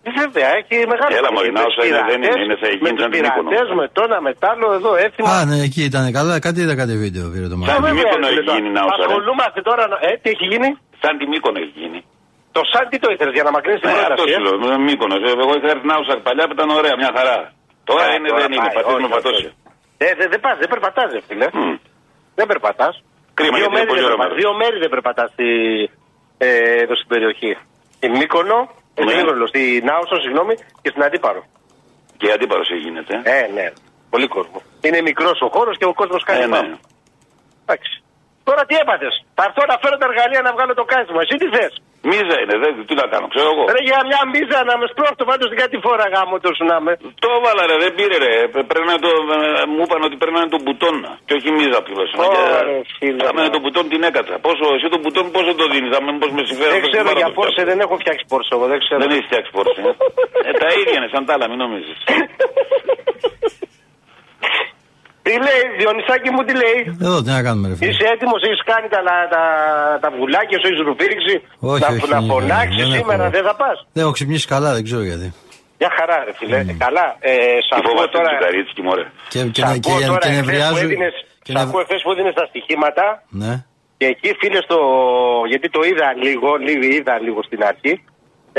Speaker 5: Ε, Βέβαια, έχει μεγάλο
Speaker 6: Έλα, μωρή,
Speaker 5: πανηγύρι.
Speaker 6: η Άουσα είναι- δεν είναι, είναι, θα
Speaker 5: με
Speaker 6: γίνει
Speaker 5: τους
Speaker 6: σαν την Μύκονο.
Speaker 5: πειρατές, με το ένα μετάλλο εδώ έθιμα.
Speaker 1: Α, ναι, εκεί ήταν καλά. Κάτι είδα κάτι βίντεο πήρε το
Speaker 5: Ε,
Speaker 1: μάτι.
Speaker 6: Σαν τη
Speaker 5: βέβαια,
Speaker 6: Μύκονο
Speaker 5: ρε,
Speaker 6: έχει
Speaker 5: τώρα.
Speaker 6: γίνει η Νάουσα, ρε.
Speaker 5: Ασχολούμαστε τώρα, να- ε, τι έχει γίνει.
Speaker 6: Σαν τη Μύκονο έχει γίνει.
Speaker 5: Το σαν τι το ήθελες για να μακρύνεις την
Speaker 6: Ναι, αυτό
Speaker 5: πρόταση. ε?
Speaker 6: σου λέω. Μύκονο. Εγώ είχα έρθει την άουσα παλιά που ήταν ωραία, μια χαρά. Τώρα
Speaker 5: Ε,
Speaker 6: είναι,
Speaker 5: τώρα
Speaker 6: δεν είναι.
Speaker 5: πάει,
Speaker 6: Πατήσει με
Speaker 5: όχι,
Speaker 6: πατώσει.
Speaker 5: όχι. Ε, δεν δε πας, δεν περπατάς, ρε φίλε.
Speaker 6: Μμ.
Speaker 5: Δεν περπατάς.
Speaker 6: Κρίμα,
Speaker 5: δύο
Speaker 6: γιατί είναι
Speaker 5: μέρη
Speaker 6: πολύ
Speaker 5: δεν
Speaker 6: ωραίο
Speaker 5: περπατά.
Speaker 6: μέρος.
Speaker 5: Δύο μέρη δεν περπατάς στη, ε, εδώ στην περιοχή. Στη Μύκονο, ε,
Speaker 6: Ναι.
Speaker 5: στην Ήρολο, στη Νάουσο, συγγνώμη, και στην Αντίπαρο.
Speaker 6: Και αντίπαρος γίνεται. ε.
Speaker 5: Ε, ναι. Πολύ κόσμο. Είναι μικρός ο χώρος και ο κόσμος κάνει
Speaker 6: Ε, ναι.
Speaker 5: πάνω. Εντάξει. Τώρα τι έπαθε. Θα έρθω να φέρω τα εργαλεία να βγάλω το κάστημα. Εσύ τι θες.
Speaker 6: Μίζα είναι, δεν, τι να κάνω, ξέρω εγώ.
Speaker 5: Ρε για μια μίζα να με σπρώχνω πάντω την κατηφόρα γάμο το σου να με.
Speaker 6: Το έβαλα ρε, δεν πήρε ρε. Πε- Πρέπει να το, ε, μου είπαν ότι πρέπει να είναι τον μπουτόν και όχι μίζα πλήρωσε.
Speaker 5: Ω, ρε, φίλε,
Speaker 6: Θα με
Speaker 5: μα.
Speaker 6: τον μπουτόν την έκατσα. Πόσο, εσύ τον μπουτόν πόσο το δίνεις, θα με πώς με συμφέρει.
Speaker 5: Δεν
Speaker 6: θα
Speaker 5: ξέρω
Speaker 6: πάρω
Speaker 5: για
Speaker 6: το
Speaker 5: πόρσε,
Speaker 6: φτιάξω.
Speaker 5: δεν έχω φτιάξει πόρσε εγώ, δεν ξέρω.
Speaker 6: Δεν έχεις φτιάξει πόρσε.
Speaker 5: (laughs)
Speaker 6: ε, τα ίδια είναι σαν τα άλλα, μην νομίζεις.
Speaker 5: Τι λέει, Διονυσάκη μου, τι λέει.
Speaker 1: Εδώ τι να κάνουμε, ρε φίλε.
Speaker 5: Είσαι έτοιμος, έχεις κάνει τα, τα, τα, τα βουλάκια σου, έχεις ρουφήριξει.
Speaker 1: Όχι,
Speaker 5: να,
Speaker 1: όχι,
Speaker 5: να
Speaker 1: δεν
Speaker 5: φωνάξει
Speaker 1: έχω.
Speaker 5: σήμερα, δεν θα πας.
Speaker 1: Δεν έχω ξυπνήσει καλά, δεν ξέρω γιατί.
Speaker 5: Για χαρά, ρε φίλε. Καλά, ε, σ'
Speaker 6: Τι
Speaker 5: ακούω
Speaker 6: φοβάστε
Speaker 5: τώρα.
Speaker 6: την καρίτσικη μωρέ.
Speaker 1: Και, Ναι. και,
Speaker 5: σ'
Speaker 1: να- και,
Speaker 5: ακούω τώρα
Speaker 1: και
Speaker 5: εχθές που
Speaker 1: νευριάζω.
Speaker 5: έδινες,
Speaker 1: Και
Speaker 5: σ'
Speaker 1: νευ-
Speaker 5: ακούω εχθές που έδινες τα στοιχήματα
Speaker 1: Ναι.
Speaker 5: και εκεί φίλε στο. Γιατί το είδα λίγο, λίγο είδα λίγο στην αρχή.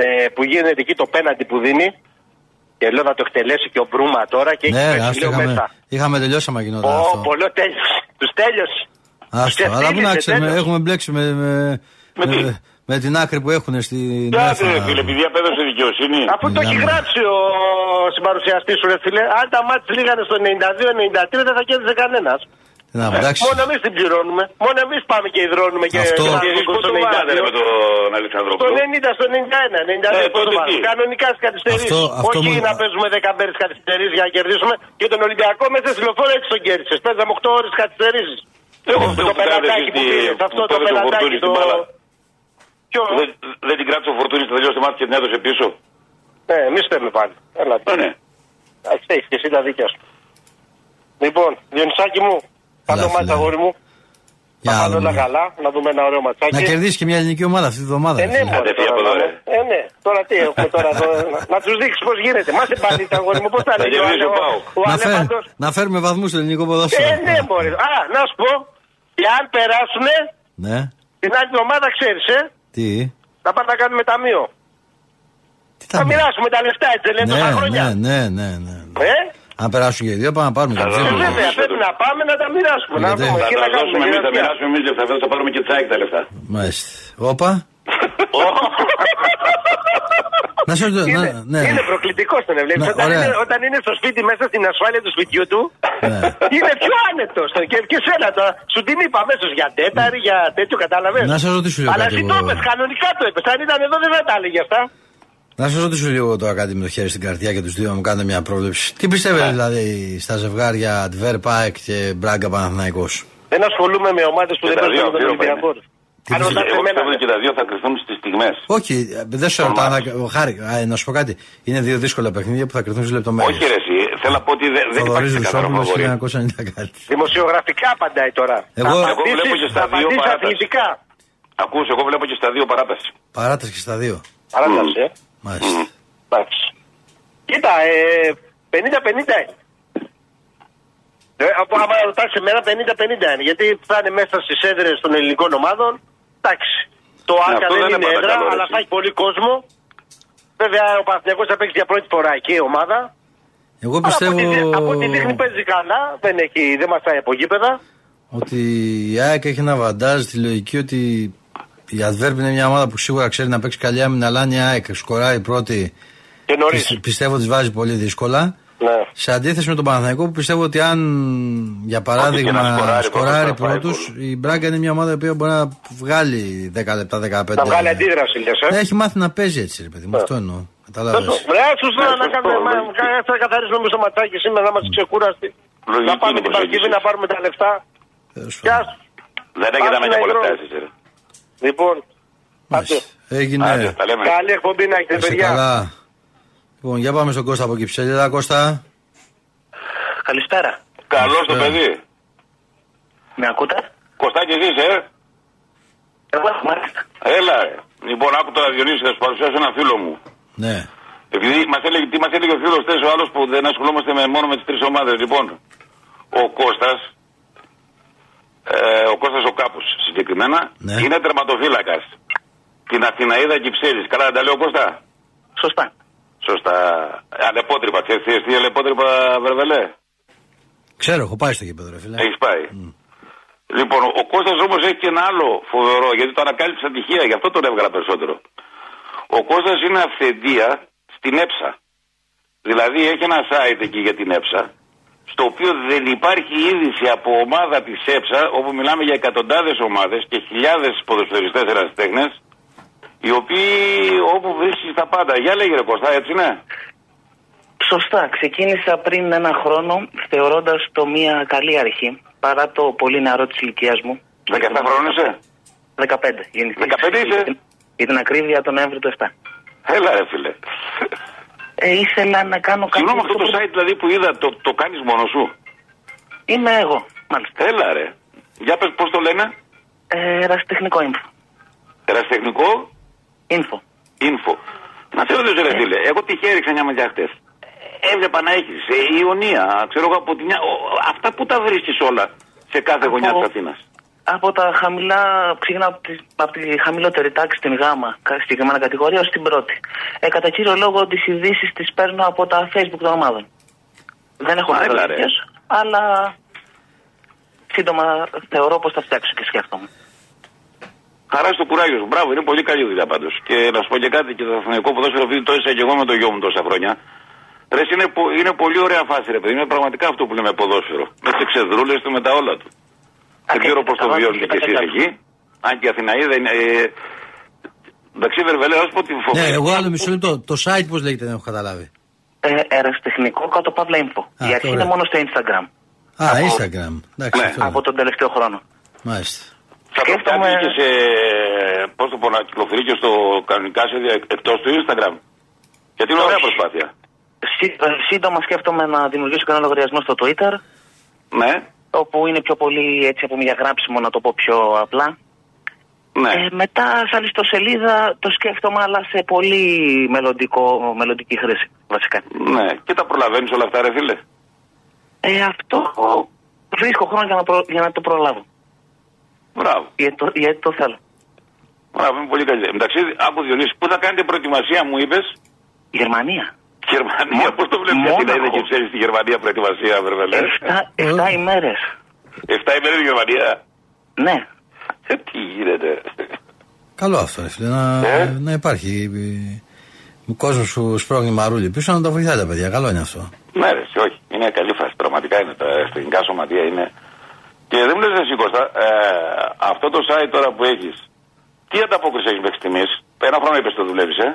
Speaker 5: Ε, που γίνεται εκεί το πέναντι που δίνει. Και λέω να το εκτελέσει και ο Μπρούμα τώρα και έχει
Speaker 1: Ναι,
Speaker 5: πέσει,
Speaker 1: ρε, άστο,
Speaker 5: λέω,
Speaker 1: είχαμε,
Speaker 5: μέσα.
Speaker 1: είχαμε τελειώσει άμα
Speaker 5: Ω,
Speaker 1: γινόταν αυτό.
Speaker 5: πολλό τέλειωσε. Τους τέλειωσε.
Speaker 1: Άστο,
Speaker 5: Ξεφύγει,
Speaker 1: αλλά που να ξέρουμε,
Speaker 5: τέλειωσε.
Speaker 1: έχουμε μπλέξει με, με,
Speaker 6: Με τι?
Speaker 1: με- με την άκρη που έχουν στην
Speaker 6: Κάτσε, ρε,
Speaker 1: UEFA.
Speaker 6: φίλε, επειδή απέδωσε δικαιοσύνη.
Speaker 5: (laughs) Αφού το έχει
Speaker 1: Μιλάμε.
Speaker 5: γράψει ο συμπαρουσιαστής σου, ρε φίλε, αν τα μάτια λίγανε στο 92-93 δεν θα κέρδισε κανένας.
Speaker 1: Να, εντάξει.
Speaker 5: Ε, Μόνο εμείς την πληρώνουμε. Μόνο εμείς πάμε και υδρώνουμε και
Speaker 1: Αυτό.
Speaker 5: και
Speaker 6: Και εσείς
Speaker 5: βάζουμε
Speaker 6: πού
Speaker 5: στο
Speaker 6: το βάλατε ρε, με
Speaker 5: 92.
Speaker 6: τον
Speaker 5: Στο
Speaker 6: Αλεξανδρόπουλο.
Speaker 5: 90, στο 91, 92
Speaker 6: Ε,
Speaker 5: πώς το
Speaker 6: τότε
Speaker 5: βάλαμε.
Speaker 6: τι.
Speaker 5: Κανονικά στις καθυστερήσεις.
Speaker 1: Αυτό- αυτό
Speaker 5: Όχι
Speaker 1: μου-
Speaker 5: να παίζουμε 10 μέρε καθυστερήσεις για να κερδίσουμε. Και τον Ολυμπιακό μέσα στη λεωφόρα έτσι τον κέρδισε. Παίζαμε 8 ώρες καθυστερήσεις.
Speaker 6: Εγώ
Speaker 5: Το πελατάκι που πήρες, αυτό το πελατάκι το. Ποιο?
Speaker 6: Δεν την κράτησε ο Φορτούνης το τελειώσει τη μάτια και την έδωσε πίσω.
Speaker 5: Ναι, εμείς θέλουμε πάλι. Έλα,
Speaker 6: Ε, ναι.
Speaker 5: Εντάξει, έχεις και εσύ τα δίκια σου. Λοιπόν, Διονυσάκη μου, καλό
Speaker 1: φίλε.
Speaker 5: μάτς αγόρι μου.
Speaker 1: Για
Speaker 5: Να
Speaker 1: να
Speaker 5: πάνε
Speaker 1: δούμε.
Speaker 5: όλα καλά, να δούμε ένα ωραίο ματσάκι.
Speaker 1: Να κερδίσει και μια ελληνική ομάδα αυτή τη βδομάδα.
Speaker 5: Ε,
Speaker 1: ρε
Speaker 5: ναι,
Speaker 1: φίλε.
Speaker 5: μωρέ,
Speaker 6: Άντε, φύγε
Speaker 5: τώρα,
Speaker 6: από εδώ,
Speaker 5: μωρέ.
Speaker 6: ρε.
Speaker 5: Ε, ναι, τώρα τι έχουμε τώρα. εδώ, να, να τους δείξεις πώς γίνεται. Μα σε πάλι τα αγόρι μου, πώς θα
Speaker 6: Θα
Speaker 5: λέει ο
Speaker 6: κερδίσει ο
Speaker 5: Άνε-
Speaker 6: Πάοκ.
Speaker 5: ο
Speaker 1: να, φέρ,
Speaker 5: Ανεπαντός.
Speaker 1: να φέρουμε βαθμούς στο ελληνικό ποδόσφαιρο.
Speaker 5: Ε, ναι, μπορεί. Α, να σου πω, εάν περάσουν,
Speaker 1: Ναι.
Speaker 5: την άλλη εβδομάδα ξέρεις, ε,
Speaker 1: Τι.
Speaker 5: να πάμε να κάνουμε ταμείο.
Speaker 1: Τι
Speaker 5: Θα
Speaker 1: τα λέμε.
Speaker 5: μοιράσουμε τα λεφτά, έτσι δεν λένε τόσα
Speaker 1: ναι,
Speaker 5: χρόνια.
Speaker 1: ναι, ναι, ναι, ναι.
Speaker 5: Ε,
Speaker 1: Αν περάσουν και οι δύο, πάμε να πάρουμε
Speaker 6: Θα
Speaker 1: και τους
Speaker 5: ε,
Speaker 6: δούμε.
Speaker 1: δύο.
Speaker 5: βέβαια,
Speaker 6: ναι.
Speaker 5: πρέπει να πάμε να τα μοιράσουμε. Να
Speaker 1: Γιατί?
Speaker 5: δούμε
Speaker 6: Θα
Speaker 5: και
Speaker 6: τα
Speaker 5: να κάνουμε.
Speaker 6: δώσουμε εμείς, θα
Speaker 5: γυναίκα.
Speaker 6: μοιράσουμε εμείς λεφτά. Θα πάρουμε και τσάικ τα λεφτά.
Speaker 1: Μάλιστα. Όπα. Να σε ρωτήσω.
Speaker 5: Είναι,
Speaker 1: να- Ναι.
Speaker 5: είναι προκλητικό τον έβλεπε.
Speaker 1: Ναι,
Speaker 5: όταν,
Speaker 1: ωραία.
Speaker 5: είναι, όταν είναι στο σπίτι μέσα στην ασφάλεια του σπιτιού του,
Speaker 1: Ναι.
Speaker 5: είναι πιο άνετο. Και, και σένα τώρα. Σου την είπα αμέσως για τέταρη, για τέτοιο, κατάλαβες.
Speaker 1: Να σας ρωτήσω λίγο
Speaker 5: Αλλά
Speaker 1: κάτι
Speaker 5: εσύ το
Speaker 1: εγώ.
Speaker 5: είπες, κανονικά το είπες. Αν ήταν εδώ δεν θα τα έλεγε αυτά.
Speaker 1: Να σας ρωτήσω λίγο τώρα κάτι με το χέρι στην καρδιά και τους δύο να μου κάνετε μια πρόβλεψη. Τι
Speaker 5: Ναι.
Speaker 1: πιστεύετε δηλαδή στα ζευγάρια Αντβέρ Πάεκ και Μπράγκα Παναθυναϊκό.
Speaker 5: Δεν ασχολούμαι με ομάδες που
Speaker 6: Και
Speaker 5: δεν
Speaker 6: τα
Speaker 5: παίζουν
Speaker 6: δύο
Speaker 5: με τον
Speaker 6: αφήνω
Speaker 5: Ολυμπιακό. Αν
Speaker 1: πιστεύω.
Speaker 5: ρωτάτε
Speaker 6: Εγώ
Speaker 5: εμένα.
Speaker 6: πιστεύω ότι και τα δύο Ε, θα κρυφθούν στις στιγμές.
Speaker 1: Όχι, ε, δεν σε ρωτάω.
Speaker 6: Μάρς.
Speaker 1: να- ο Χάρη, α, να σου πω κάτι. Είναι δύο δύσκολα παιχνίδια που θα κρυθούν στις λεπτομέρειες.
Speaker 6: Όχι ρε εσύ, ε, θέλω να πω ότι δεν- δεν υπάρχει
Speaker 1: Θοδωρή
Speaker 6: καθαρό
Speaker 1: Ρουσόπουλο
Speaker 6: φαβορή.
Speaker 1: 1990 κάτι.
Speaker 5: Δημοσιογραφικά απαντάει τώρα.
Speaker 1: Εγώ-
Speaker 5: Θα
Speaker 1: Εγώ
Speaker 5: απαντήσεις-
Speaker 6: βλέπω και στα
Speaker 5: θα
Speaker 6: δύο
Speaker 5: απαντήσεις
Speaker 6: παράταση.
Speaker 5: αθλητικά.
Speaker 6: Ακούς, εγώ βλέπω και στα δύο παράταση.
Speaker 1: Παράταση και στα δύο.
Speaker 5: Παράταση, ε.
Speaker 1: Μάλιστα.
Speaker 5: Εντάξει. Κοίτα, ε, 50-50 είναι. Ε, από άμα ρωτάξει εμένα 50-50 είναι. Γιατί θα είναι μέσα στις έδρες των ελληνικών ομάδων. Εντάξει. Το
Speaker 6: Ναι,
Speaker 5: Άκα
Speaker 6: αυτό
Speaker 5: δεν
Speaker 6: δεν
Speaker 5: είναι
Speaker 6: είναι
Speaker 5: έδρα,
Speaker 6: παρακαλώ,
Speaker 5: αλλά
Speaker 6: έτσι.
Speaker 5: θα έχει πολύ κόσμο. Βέβαια, ο Παναθηναϊκός θα παίξει για πρώτη φορά εκεί η ομάδα.
Speaker 1: Εγώ
Speaker 5: Αλλά από
Speaker 1: πιστεύω
Speaker 5: τη δι- Από τη δείχνει παίζει καλά, δεν, έχει, δεν μασάει από γήπεδα.
Speaker 1: ότι η ΑΕΚ έχει ένα βαντάζ τη λογική ότι η Αντβέρπ είναι μια ομάδα που σίγουρα ξέρει να παίξει καλή άμυνα, αλλά αν η ΑΕΚ σκοράει πρώτη,
Speaker 5: Και νωρίς.
Speaker 1: πιστε- πιστεύω ότι βάζει πολύ δύσκολα.
Speaker 7: Ναι.
Speaker 1: Σε αντίθεση με τον Παναθηναϊκό που πιστεύω ότι αν για
Speaker 6: και να
Speaker 1: παράδειγμα
Speaker 6: σκοράρει
Speaker 1: σκοράρει
Speaker 6: πρώτος, θα
Speaker 1: πρώτου,
Speaker 6: φάει
Speaker 1: η Μπράγκα είναι μια ομάδα η οποία μπορεί να βγάλει 10 λεπτά, 15.
Speaker 5: Να βγάλει αντίδραση, λες, ε.
Speaker 1: Έχει μάθει να παίζει έτσι, ρε παιδί
Speaker 6: Ε.
Speaker 1: μου, αυτό εννοώ. Κατάλαβε.
Speaker 5: Βρε, σου τώρα να
Speaker 6: Ναι, σωστό,
Speaker 5: κάνουμε. μα-
Speaker 6: λογική.
Speaker 5: κα- Θα καθαρίσουμε εμεί το ματσάκι σήμερα, να είμαστε ξεκούραστοι.
Speaker 6: Λογική
Speaker 5: Να πάμε
Speaker 6: είναι
Speaker 5: την
Speaker 6: η
Speaker 5: Παρασκευή
Speaker 6: προσέγγιση.
Speaker 5: να πάρουμε τα λεφτά.
Speaker 1: Ε,
Speaker 5: Γεια σου.
Speaker 6: Δεν έκανα
Speaker 5: Πάμε
Speaker 6: για
Speaker 5: να
Speaker 6: πολλά
Speaker 5: υγρώνουμε.
Speaker 6: εσείς, ρε.
Speaker 5: Λοιπόν, άντε.
Speaker 6: Άντε,
Speaker 1: Έγινε.
Speaker 6: τα λέμε.
Speaker 5: καλή εκπομπή να έχετε,
Speaker 1: Είστε
Speaker 5: παιδιά.
Speaker 1: καλά. Λοιπόν, για πάμε στον Κώστα από Κυψέλιδα. Κώστα,
Speaker 8: Καλησπέρα.
Speaker 6: Καλό το
Speaker 1: Ναι.
Speaker 6: παιδί.
Speaker 8: Με ακούτε?
Speaker 6: Κωστάκι ζεις, ε.
Speaker 8: Εγώ μάλιστα.
Speaker 6: Έλα. ρε. Λοιπόν, άκου τώρα Διονύση, θα σου παρουσιάσω ένα φίλο μου.
Speaker 1: ναι.
Speaker 6: Επειδή μας έλεγε, τι μας έλεγε ο φίλος χθες ο άλλος που δεν ασχολούμαστε με, μόνο με τις τρεις ομάδες. Λοιπόν, ο Κώστας, ε, ο Κώστας ο Κάπου συγκεκριμένα,
Speaker 1: Ναι.
Speaker 6: είναι τερματοφύλακας. Την Αθηναίδα Κυψέλη. Καλά, δεν τα λέω Κώστα.
Speaker 8: Σωστά.
Speaker 6: Σωστά. Αλεπότρυπα, ξέρει τι αλεπότρυπα, Βερβελέ.
Speaker 1: Ξέρω, έχω πάει στο γήπεδο, ρε φίλε.
Speaker 6: Έχεις πάει. Λοιπόν, ο Κώστας όμως έχει και ένα άλλο φοβερό, γιατί το ανακάλυψα τυχαία, γι' αυτό τον έβγαλα περισσότερο. Ο Κώστας είναι αυθεντία στην έψα. Δηλαδή έχει ένα site εκεί για την έψα, στο οποίο δεν υπάρχει είδηση από ομάδα της έψα, όπου μιλάμε για εκατοντάδες ομάδες και χιλιάδες ποδοσφαιριστές ερασιτέχνες, οι οποίοι όπου βρίσκεις τα πάντα. Για λέγε ρε Κώστα, έτσι ναι.
Speaker 8: Σωστά. Ξεκίνησα πριν ένα χρόνο θεωρώντας το μία καλή αρχή παρά το πολύ νεαρό της ηλικίας μου.
Speaker 6: 17 χρόνια είσαι.
Speaker 8: 15 γεννήθηκα.
Speaker 6: 15 είσαι.
Speaker 8: Για την ακρίβεια τον Νοέμβριο του 7.
Speaker 6: Έλα ρε φίλε.
Speaker 8: Ε, ήθελα να κάνω κάτι...
Speaker 6: Συγγνώμη αυτό το site δηλαδή που είδα, το, το κάνεις μόνος σου.
Speaker 8: Είμαι εγώ, μάλιστα.
Speaker 6: Έλα ρε. Για πες πώς το λένε.
Speaker 8: Ε, ραστεχνικό info.
Speaker 6: Ερασιτεχνικό
Speaker 8: info.
Speaker 6: info. Να σε ρωτήσω ρε φίλε. Εγώ τυχαία έριξα μια ματιά χτες. Ε. Έβλεπα να έχεις ε, η Ιωνία, ξέρω εγώ από τη μια... ο- Αυτά που τα βρίσκεις όλα σε κάθε γωνιά
Speaker 8: Από-
Speaker 6: της Αθήνας.
Speaker 8: Από τα χαμηλά, ξεκινάω από τη, από τη χαμηλότερη τάξη στην γάμα, κα- συγκεκριμένα κατηγορία, ως την πρώτη. Ε, κατά κύριο λόγο, τις ειδήσεις τις παίρνω από τα facebook των ομάδων. Δεν έχω
Speaker 6: Μα, έλα, ρε.
Speaker 8: πληροφορίες, αλλά σύντομα θεωρώ πως θα φτιάξω και σκέφτομαι.
Speaker 6: Χαρά στο κουράγιο σου. Μπράβο, είναι πολύ καλή δουλειά πάντως. Και να σου πω και κάτι και το αθηναϊκό ποδόσφαιρο, επειδή το έζησα και εγώ με το γιο μου τόσα χρόνια. Ρε, είναι, πο- είναι πολύ ωραία φάση, ρε παιδί. Είναι πραγματικά αυτό που λέμε ποδόσφαιρο. Με τις εξεδρούλε του, με τα όλα του. Δεν
Speaker 8: Ακριβώς,
Speaker 6: ξέρω πώς το
Speaker 8: τα βάζω
Speaker 6: βιώνετε
Speaker 8: και τα
Speaker 6: κι εσεί
Speaker 8: κρατάω.
Speaker 6: εκεί. Αν και η Αθηναίδα είναι. Ε, εντάξει, Βερβελέ, ας πω τη
Speaker 1: Ναι,
Speaker 6: φοβάμαι.
Speaker 1: εγώ άλλο μισό λεπτό. Το site πώς λέγεται, δεν έχω καταλάβει.
Speaker 8: Ε, εραστεχνικό κάτω παύλα info.
Speaker 1: Α,
Speaker 8: Η αρχή
Speaker 1: ωραία.
Speaker 8: είναι μόνο στο instagram.
Speaker 1: Α, Instagram. Εντάξει,
Speaker 6: Ναι,
Speaker 1: αυτό
Speaker 8: Από
Speaker 1: είναι.
Speaker 8: τον τελευταίο χρόνο.
Speaker 1: Μάλιστα.
Speaker 6: Θα το
Speaker 8: σκέφτομαι-
Speaker 6: φτιάξει και σε. Πώς το πω, να κυκλοφορεί και στο κανονικά σε εκτός του Instagram. Γιατί είναι ωραία
Speaker 8: Όχι.
Speaker 6: προσπάθεια.
Speaker 8: Σύ- ε, σύντομα σκέφτομαι να δημιουργήσω και ένα λογαριασμό στο twitter,
Speaker 6: Ναι,
Speaker 8: όπου είναι πιο πολύ έτσι από μια γράψιμο να το πω πιο απλά.
Speaker 6: ναι.
Speaker 8: Ε, μετά, σαν ιστοσελίδα, το σκέφτομαι, αλλά σε πολύ μελλοντικό, μελλοντική χρήση, βασικά.
Speaker 6: Ναι, και τα προλαβαίνεις όλα αυτά, ρε φίλε.
Speaker 8: Ε, αυτό βρίσκω χρόνο για να, προ- για να το προλάβω.
Speaker 6: Μπράβο.
Speaker 8: Γιατί το, γιατί το θέλω.
Speaker 6: Μπράβο, είναι πολύ καλή. δουλειά. Εντάξει, από Διονύση, πού θα κάνετε προετοιμασία, μου είπες.
Speaker 8: Γερμανία.
Speaker 6: Γερμανία,
Speaker 8: Μό-
Speaker 6: πώ το βλέπεις αυτή την
Speaker 8: Μόναχο.
Speaker 6: είδα και ξέρει τη Γερμανία προετοιμασία, βέβαια. λες.
Speaker 8: Εφτά,
Speaker 1: ε,
Speaker 8: εφτά ημέρες.
Speaker 6: Εφτά ημέρες η Γερμανία.
Speaker 8: Ναι.
Speaker 6: Ε, Τι γίνεται.
Speaker 1: Καλό αυτό, ρε φίλε. Να,
Speaker 6: Ε?
Speaker 1: να υπάρχει. ε, Ο κόσμος που σπρώχνει μαρούλι πίσω να τα βοηθάει τα παιδιά. Καλό είναι αυτό.
Speaker 6: Ναι, ρε, εσύ, όχι. Είναι καλή φάση. Πραγματικά είναι τα εθνικά σωματεία. Είναι... Και δεν μου λε, εσύ Κώστα, ε, αυτό το site τώρα που έχεις, τι ανταπόκριση έχεις μέχρι στιγμής. Ένα χρόνο είπες το δουλεύεις, ε.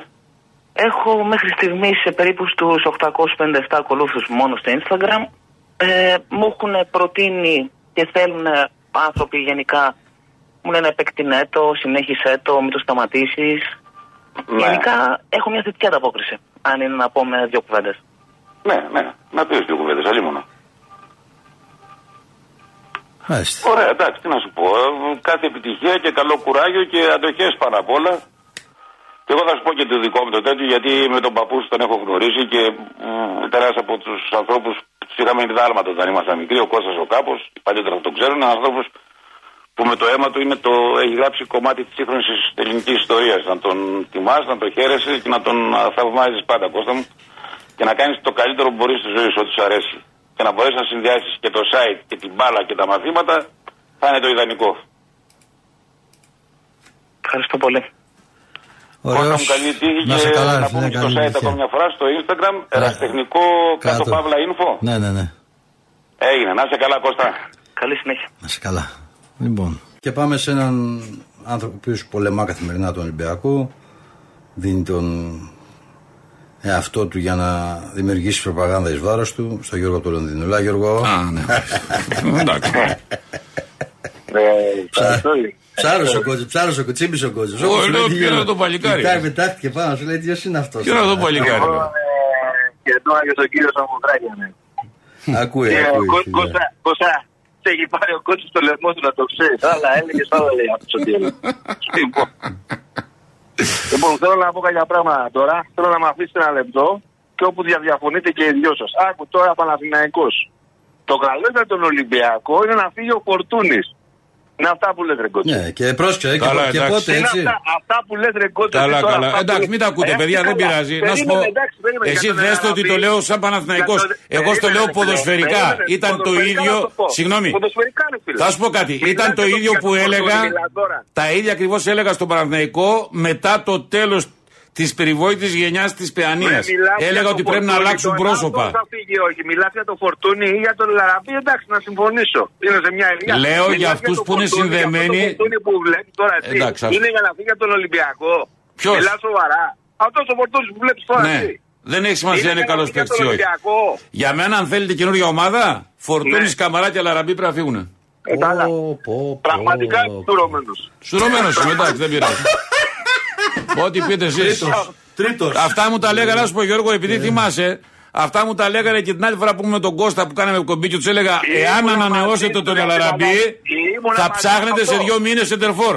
Speaker 8: Έχω μέχρι στιγμή σε περίπου στους 857 ακολούθους μόνο στο Instagram. Ε, μου έχουν προτείνει και θέλουν άνθρωποι γενικά. Μου λένε επεκτείνε το, συνέχισε το, μην το σταματήσεις.
Speaker 6: Ναι.
Speaker 8: Γενικά έχω μια θετική ανταπόκριση. Αν είναι να πω με δύο κουβέντες.
Speaker 6: Ναι, ναι. Να πεις δύο κουβέντες, αλλήμον.
Speaker 1: Μάλιστα.
Speaker 6: Ωραία, εντάξει, τι να σου πω. Ε, Κάθε επιτυχία και καλό κουράγιο και αντοχές πάνω απ' όλα. Και εγώ θα σου πω και το δικό μου το τέτοιο, γιατί με τον παππού σου τον έχω γνωρίσει και τεράστιο από τους ανθρώπους που τους είχαμε διδάλματα όταν ήμασταν μικροί. Ο Κώστας ο Κάπος, οι παλιότεροι θα τον ξέρουν, είναι άνθρωπος που με το αίμα του είναι το, έχει γράψει κομμάτι της σύγχρονης ελληνικής ιστορίας. Να τον τιμάς, να τον χαίρεσαι και να τον θαυμάζεις πάντα, Κώστα μου. Και να κάνεις το καλύτερο που μπορείς στη ζωή σου, ό,τι σου αρέσει. Και να μπορέσεις να συνδυάσεις και το site και την μπάλα και τα μαθήματα, θα είναι το ιδανικό.
Speaker 8: Ευχαριστώ πολύ.
Speaker 6: Κώστα
Speaker 1: Ωραίος.
Speaker 6: μου καλή τύχη
Speaker 1: Να σε
Speaker 6: και
Speaker 1: καλά,
Speaker 6: να
Speaker 1: ρε φίλε,
Speaker 6: πούμε και το
Speaker 1: καλή
Speaker 6: site
Speaker 1: επιτυχία.
Speaker 6: ακόμη μια φορά στο Instagram, ερασιτεχνικό κάτω παύλα info.
Speaker 1: Ναι, ναι, ναι.
Speaker 6: Έγινε, να είσαι καλά Κώστα.
Speaker 5: Καλή συνέχεια.
Speaker 1: Να σε καλά. Λοιπόν. Και πάμε σε έναν άνθρωπο που πολεμά καθημερινά τον Ολυμπιακό. Δίνει τον εαυτό του για να δημιουργήσει προπαγάνδα εις βάρος του στο Γιώργο του Λονδίνου. Λά, Γιώργο.
Speaker 2: Α, ναι. Εντάξει.
Speaker 9: Ε,
Speaker 1: Ψάρωσε ο κόσμο, ψάρωσε ο κοτσίμπη ο κόσμο.
Speaker 2: Εγώ λέω, ποιο είναι το παλικάρι.
Speaker 1: Κοιτάει, πετάχτηκε πάνω, σου λέει ποιος είναι Ε, αυτός.
Speaker 2: Ποιο να το παλικάρι.
Speaker 9: Και τώρα και στον κύριο Σαμουδράκη. ναι.
Speaker 1: Ακούει,
Speaker 9: Ε,
Speaker 1: ακούει.
Speaker 9: Κο-
Speaker 1: φίλε.
Speaker 9: Κώστα, Κώστα, σε έχει πάρει ο κότσο στο λαιμό του να το ξέρεις.
Speaker 3: Ah,
Speaker 9: Άλλα έλεγε, άλλα λέει αυτό ότι έλεγε. Λοιπόν. Λοιπόν, θέλω να πω κάποια πράγματα τώρα. Θέλω να με αφήσετε ένα λεπτό και όπου διαδιαφωνείτε και οι δυο σας. Άκου τώρα Παναθηναϊκός. Το καλό για τον Ολυμπιακό είναι να φύγει ο Φορτούνης. Είναι αυτά που λέτε, ρε κότσο.
Speaker 1: Ναι, και πρόσεξε, και,
Speaker 2: Καλά,
Speaker 1: και
Speaker 2: εντάξει.
Speaker 1: πότε
Speaker 9: Είναι
Speaker 1: έτσι.
Speaker 9: αυτά, αυτά που λες ρε κότσο.
Speaker 2: Ναι, Καλά,
Speaker 9: εσύ τώρα,
Speaker 2: καλά.
Speaker 9: αυτά που
Speaker 2: Εντάξει,
Speaker 9: λες.
Speaker 2: μην τα ακούτε,
Speaker 9: Ε,
Speaker 2: παιδιά, δεν
Speaker 9: καλά.
Speaker 2: πειράζει. Να σου
Speaker 9: Περίμενε,
Speaker 2: πω,
Speaker 9: εντάξει, περίμενε,
Speaker 2: εσύ
Speaker 9: για τον
Speaker 2: δες το ότι
Speaker 9: Αναπή.
Speaker 2: το λέω σαν Παναθηναϊκός.
Speaker 9: Για τον-
Speaker 2: Εγώ στο
Speaker 9: περίμενε,
Speaker 2: λέω
Speaker 9: ρε φίλε.
Speaker 2: ποδοσφαιρικά.
Speaker 9: Περίμενε,
Speaker 2: Ήταν το
Speaker 9: ποδοσφαιρικά
Speaker 2: ίδιο-
Speaker 9: να το πω.
Speaker 2: Συγγνώμη.
Speaker 9: Ποδοσφαιρικά, ρε φίλε.
Speaker 2: Θα σου πω κάτι.
Speaker 9: Μιλάτε
Speaker 2: Ήταν το
Speaker 9: για
Speaker 2: ίδιο
Speaker 9: τον
Speaker 2: που έλεγα.
Speaker 9: Μιλαδόρα.
Speaker 2: Τα ίδια ακριβώς έλεγα στον Παναθηναϊκό μετά το τέλος της περιβόητης γενιάς της Παιανίας.
Speaker 9: Μην μιλάς για
Speaker 2: Έλεγα
Speaker 9: τον
Speaker 2: ότι πρέπει να
Speaker 9: Φορτούνη.
Speaker 2: αλλάξουν
Speaker 9: Τον
Speaker 2: πρόσωπα.
Speaker 9: Άντων θα φύγει, όχι. Μιλάς για τον Φορτούνη ή για τον Λαραμπή, εντάξει, να συμφωνήσω. Είναι σε μια ελιά.
Speaker 2: Λέω
Speaker 9: Μιλάς
Speaker 2: για αυτούς
Speaker 9: τον
Speaker 2: που είναι
Speaker 9: Φορτούνη, για αυτόν
Speaker 2: συνδεμένοι.
Speaker 9: τον Φορτούνη που βλέπεις τώρα εσύ.
Speaker 2: Εντάξει, ας-
Speaker 9: Είναι για να φύγει από τον Ολυμπιακό.
Speaker 2: Ποιος?
Speaker 9: Μιλάς σοβαρά. Αυτός ο Φορτούνης που βλέπεις τώρα
Speaker 2: Ναι.
Speaker 9: εσύ.
Speaker 2: Δεν έχει σημασία αν είναι
Speaker 9: για να
Speaker 2: καλός
Speaker 9: φύγει από
Speaker 2: παίκτης ή
Speaker 9: τον
Speaker 2: όχι.
Speaker 9: Ολυμπιακό.
Speaker 2: Για μένα, αν θέλετε καινούργια ομάδα, Φορτούνη,
Speaker 9: Ναι.
Speaker 2: Καμαρά και Λαραμπή πρέπει να φύγουν.
Speaker 9: Ε, τα άλλα.
Speaker 1: Πω, πω, πω.
Speaker 9: Πραγματικά είμαι φτουρωμένος.
Speaker 2: Σουρωμένο σου, εντάξει, δεν πειράζει. Ό,τι πείτε εσείς.
Speaker 1: Τρίτος.
Speaker 2: Αυτά μου τα λέγανε, να σου πω Γιώργο,
Speaker 9: Ε.
Speaker 2: επειδή θυμάσαι, αυτά μου τα λέγανε και την άλλη φορά που ήμουν με τον Κώστα που κάναμε κομπή και τους έλεγα: Εάν
Speaker 9: Ήμουνα
Speaker 2: ανανεώσετε
Speaker 9: μαζί
Speaker 2: τον
Speaker 9: του,
Speaker 2: Ελαραμπή,
Speaker 9: ήμουνα
Speaker 2: θα
Speaker 9: μαζί
Speaker 2: ψάχνετε
Speaker 9: αυτό.
Speaker 2: σε δύο μήνε σε τερφόρ.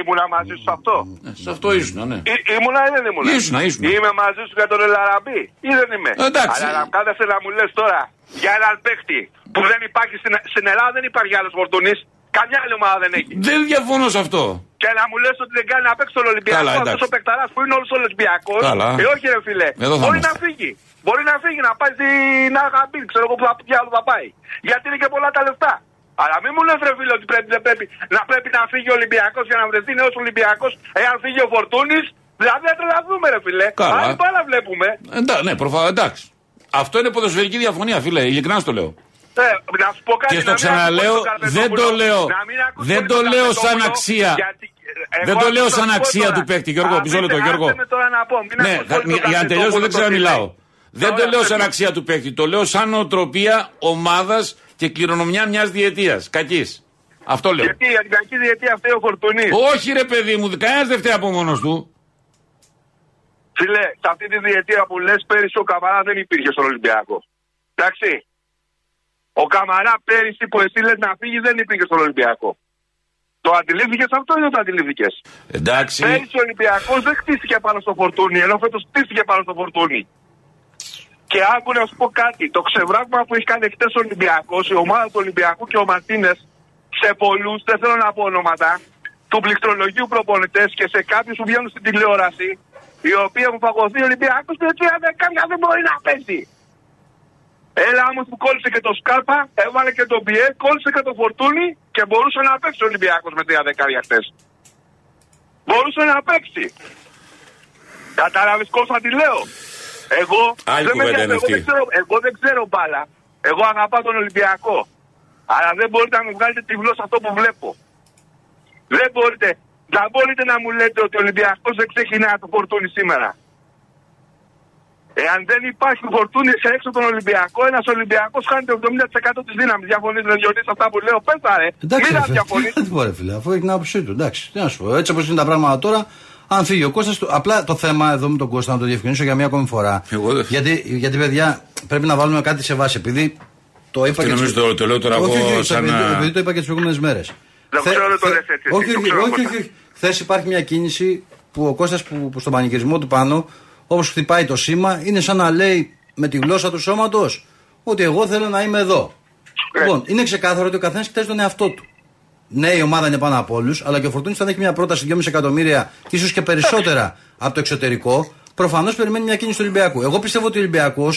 Speaker 9: Ήμουνα μαζί σου σε αυτό.
Speaker 2: Ε, Σε αυτό ήσουν, ναι.
Speaker 9: Ή- Ήμουνα ή δεν ήμουνα.
Speaker 2: Ήσουνα, ήσουνα.
Speaker 9: Είμαι μαζί σου για τον Ελαραμπή ή δεν είμαι.
Speaker 2: Εντάξει.
Speaker 9: Αλλά να κάθεσαι να μου λες τώρα για έναν παίχτη που δεν υπάρχει στην, στην Ελλάδα, δεν υπάρχει άλλος φορτουνή. Καμιά άλλη ομάδα δεν έχει.
Speaker 2: Δεν διαφωνώ σε αυτό.
Speaker 9: Και να μου λες ότι δεν κάνει να παίξει τον Ολυμπιακό.
Speaker 2: Καλά,
Speaker 9: Αυτός
Speaker 2: εντάξει.
Speaker 9: ο παιχταρά που είναι όλος Ολυμπιακός.
Speaker 2: Καλά.
Speaker 9: Ε, όχι, ρε φίλε.
Speaker 2: Εδώ θα
Speaker 9: Μπορεί να
Speaker 2: είμαστε.
Speaker 9: φύγει. Μπορεί να φύγει, να πάει στην Αγαμπή. Ξέρω εγώ που θα, ποια άλλο θα πάει. Γιατί είναι και πολλά τα λεφτά. Αλλά μην μου λες, ρε φίλε, ότι πρέπει, δεν πρέπει, να πρέπει να φύγει ο Ολυμπιακός για να βρεθεί νέος Ολυμπιακός. Εάν φύγει ο Φορτούνης, δηλαδή δεν τρελαθούμε, ρε φίλε.
Speaker 2: Καλά.
Speaker 9: Άλλη μπάλα βλέπουμε.
Speaker 2: Εντά, ναι, προφανώ, εντάξει. Αυτό είναι ποδοσφαιρική διαφωνία, φίλε. Ειλικρινά σου το λέω.
Speaker 9: Ε, να σου πω κάτι.
Speaker 2: Και στο
Speaker 9: να μην
Speaker 2: ξαναλέω,
Speaker 9: ακούσεις τον
Speaker 2: δεν το
Speaker 9: Καρπετόπουλο.
Speaker 2: λέω.
Speaker 9: Να μην ακούσεις
Speaker 2: Δεν
Speaker 9: τον
Speaker 2: το λέω σαν
Speaker 9: Καρπετόπουλο,
Speaker 2: αξία.
Speaker 9: γιατί, ε,
Speaker 2: Δεν
Speaker 9: εγώ
Speaker 2: το λέω
Speaker 9: αυτό
Speaker 2: σαν
Speaker 9: θα σου πω
Speaker 2: αξία
Speaker 9: τώρα.
Speaker 2: του παίκτη, Γιώργο.
Speaker 9: Α,
Speaker 2: Μισό λεπτό,
Speaker 9: άσε
Speaker 2: Γιώργο.
Speaker 9: με τώρα να πω, μην
Speaker 2: Ναι,
Speaker 9: ακούς
Speaker 2: θα-
Speaker 9: όλο τον
Speaker 2: για να τελειώσω
Speaker 9: Καρπετόπουλο
Speaker 2: δεν
Speaker 9: το
Speaker 2: ξαναμιλάω.
Speaker 9: τι λέει.
Speaker 2: Δεν το
Speaker 9: Ωραία,
Speaker 2: λέω σαν
Speaker 9: τέλος.
Speaker 2: αξία του παίκτη. Το λέω σαν νοοτροπία ομάδας και κληρονομιά μιας διετίας. Κακής. Αυτό λέω.
Speaker 9: Γιατί για την κακή διετία φταίει ο Φορτουνή.
Speaker 2: Όχι ρε παιδί μου, κανένας δεν φταίει από μόνος του.
Speaker 9: Φίλε, σε αυτή τη διετία που λες πέρυσι ο Καμαράς δεν υπήρχε στον Ολυμπιακό. Εντάξει. Ο Καμαρά πέρυσι που εσύ λες να φύγεις δεν υπήρχε στον Ολυμπιακό. Το αντιλήφθηκες αυτό ή δεν το αντιλήφθηκες.
Speaker 2: Εντάξει.
Speaker 9: Πέρυσι ο Ολυμπιακός δεν χτίστηκε πάνω στο φορτούνι, ενώ φέτος χτίστηκε πάνω στο φορτούνι. Και άκου να σου πω κάτι. Το ξεβράγμα που έχει κάνει χτες ο Ολυμπιακός, η ομάδα του Ολυμπιακού και ο Μαρτίνες, σε πολλούς, δεν θέλω να πω ονόματα, του πληκτρολογίου προπονητές και σε κάποιους που βγαίνουν στην τηλεόραση, οι οποίοι έχουν παγωθεί ο Ολυμπιακός και έτσι κάποια δεν μπορεί να πέσει. Έλα όμως που κόλλησε και το Σκάρπα, έβαλε και τον Πιέ, κόλλησε και το Φορτούνι και μπορούσε να παίξει ο Ολυμπιακός με τρία δεκάρια χτε. Μπορούσε να παίξει. Κατάλαβες Κώστα τι λέω. Εγώ
Speaker 2: Άλλη
Speaker 9: δεν, με
Speaker 2: κουβέντα
Speaker 9: νοιάζει,
Speaker 2: είναι
Speaker 9: εγώ, δεν
Speaker 2: αυτή.
Speaker 9: ξέρω, εγώ δεν ξέρω μπάλα. Εγώ αγαπάω τον Ολυμπιακό. Αλλά δεν μπορείτε να μου βγάλετε τη γλώσσα αυτό που βλέπω. Δεν μπορείτε. Δεν μπορείτε να μου λέτε ότι ο Ολυμπιακός δεν ξεκινάει το φορτούνι σήμερα. Εάν δεν υπάρχει φορτούνι σε έξω τον Ολυμπιακό, ένας Ολυμπιακός χάνει το 70% της δύναμης. Διαφωνείς, δεν διαφωνεί αυτά που λέω. Πέτα, ρε.
Speaker 1: Εντάξει,
Speaker 9: Μην
Speaker 1: ρε,
Speaker 9: τα
Speaker 1: φίλε.
Speaker 9: διαφωνείς.
Speaker 1: (laughs) Τι να πω, ρε φίλε, αφού έχει την άποψή του. Εντάξει, τι να σου πω. Έτσι όπως είναι τα πράγματα τώρα, αν φύγει ο Κώστας, του- απλά το θέμα εδώ με τον Κώστα να το διευκρινίσω για μία ακόμη φορά.
Speaker 2: Εγώ δεν-
Speaker 1: Γιατί, γιατί, παιδιά, πρέπει να βάλουμε κάτι σε βάση. Επειδή το είπα
Speaker 2: Τι
Speaker 1: και. τις-
Speaker 2: νομίζω το- το λέω τώρα
Speaker 1: όχι,
Speaker 2: εγώ
Speaker 1: όχι, όχι,
Speaker 2: σαν
Speaker 1: επειδή-
Speaker 2: να-
Speaker 1: Επειδή το είπα και τις προηγούμενες μέρες.
Speaker 9: Δεν ξέρω, δεν το λες έτσι, εσύ,
Speaker 1: Όχι,
Speaker 9: το
Speaker 1: όχι,
Speaker 9: ξέρω,
Speaker 1: όχι,
Speaker 9: Κώστα.
Speaker 1: όχι, όχι. Χθε υπάρχει μια κίνηση που ο Κώστας που, που στον πανηγυρισμό του πάνω, όπως χτυπάει το σήμα, είναι σαν να λέει με τη γλώσσα του σώματος ότι εγώ θέλω να είμαι εδώ.
Speaker 9: Ε.
Speaker 1: Λοιπόν, είναι ξεκάθαρο ότι ο καθένας κοιτάζει τον εαυτό του. Ναι, η ομάδα είναι πάνω από όλους, αλλά και ο Φορτούνης όταν έχει μια πρόταση 2,5 εκατομμύρια και ίσως και περισσότερα από το εξωτερικό, προφανώς περιμένει μια κίνηση του Ολυμπιακού. Εγώ πιστεύω ότι ο Ολυμπιακός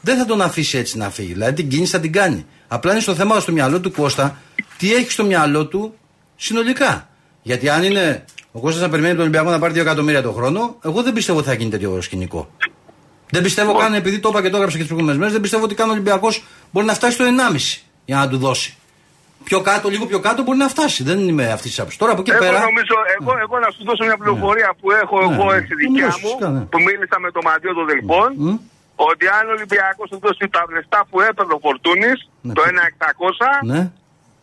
Speaker 1: δεν θα τον αφήσει έτσι να φύγει. Δηλαδή την κίνηση θα την κάνει. Απλά είναι στο θέμα στο μυαλό του Κώστα, τι έχει στο μυαλό του συνολικά. Γιατί αν είναι Ο Κώστας θα περιμένει τον Ολυμπιακό να πάρει 2 εκατομμύρια το χρόνο. Εγώ δεν πιστεύω ότι θα γίνει τέτοιο σκηνικό. Δεν πιστεύω
Speaker 9: Λοιπόν.
Speaker 1: καν, επειδή το είπα και το έγραψα και τις προηγούμενες μέρες, δεν πιστεύω ότι καν ο Ολυμπιακός μπορεί να φτάσει στο 1,5 για να του δώσει. Πιο κάτω, λίγο πιο κάτω μπορεί να φτάσει. Δεν είμαι αυτής της άποψης. Τώρα από εκεί
Speaker 9: Εγώ
Speaker 1: πέρα.
Speaker 9: νομίζω, εγώ, εγώ να σου δώσω μια πληροφορία που έχω
Speaker 1: Ναι,
Speaker 9: εγώ
Speaker 1: ναι.
Speaker 9: έτσι δικιά
Speaker 1: Νομίζω,
Speaker 9: μου,
Speaker 1: φυσικά, ναι.
Speaker 9: που μίλησα με το Μαντίο των Δελφών, ότι αν ο Ολυμπιακός του δώσει τα λεφτά που έπαιρνε ο Φορτούνης,
Speaker 1: Ναι.
Speaker 9: το 1.600,
Speaker 1: Ναι.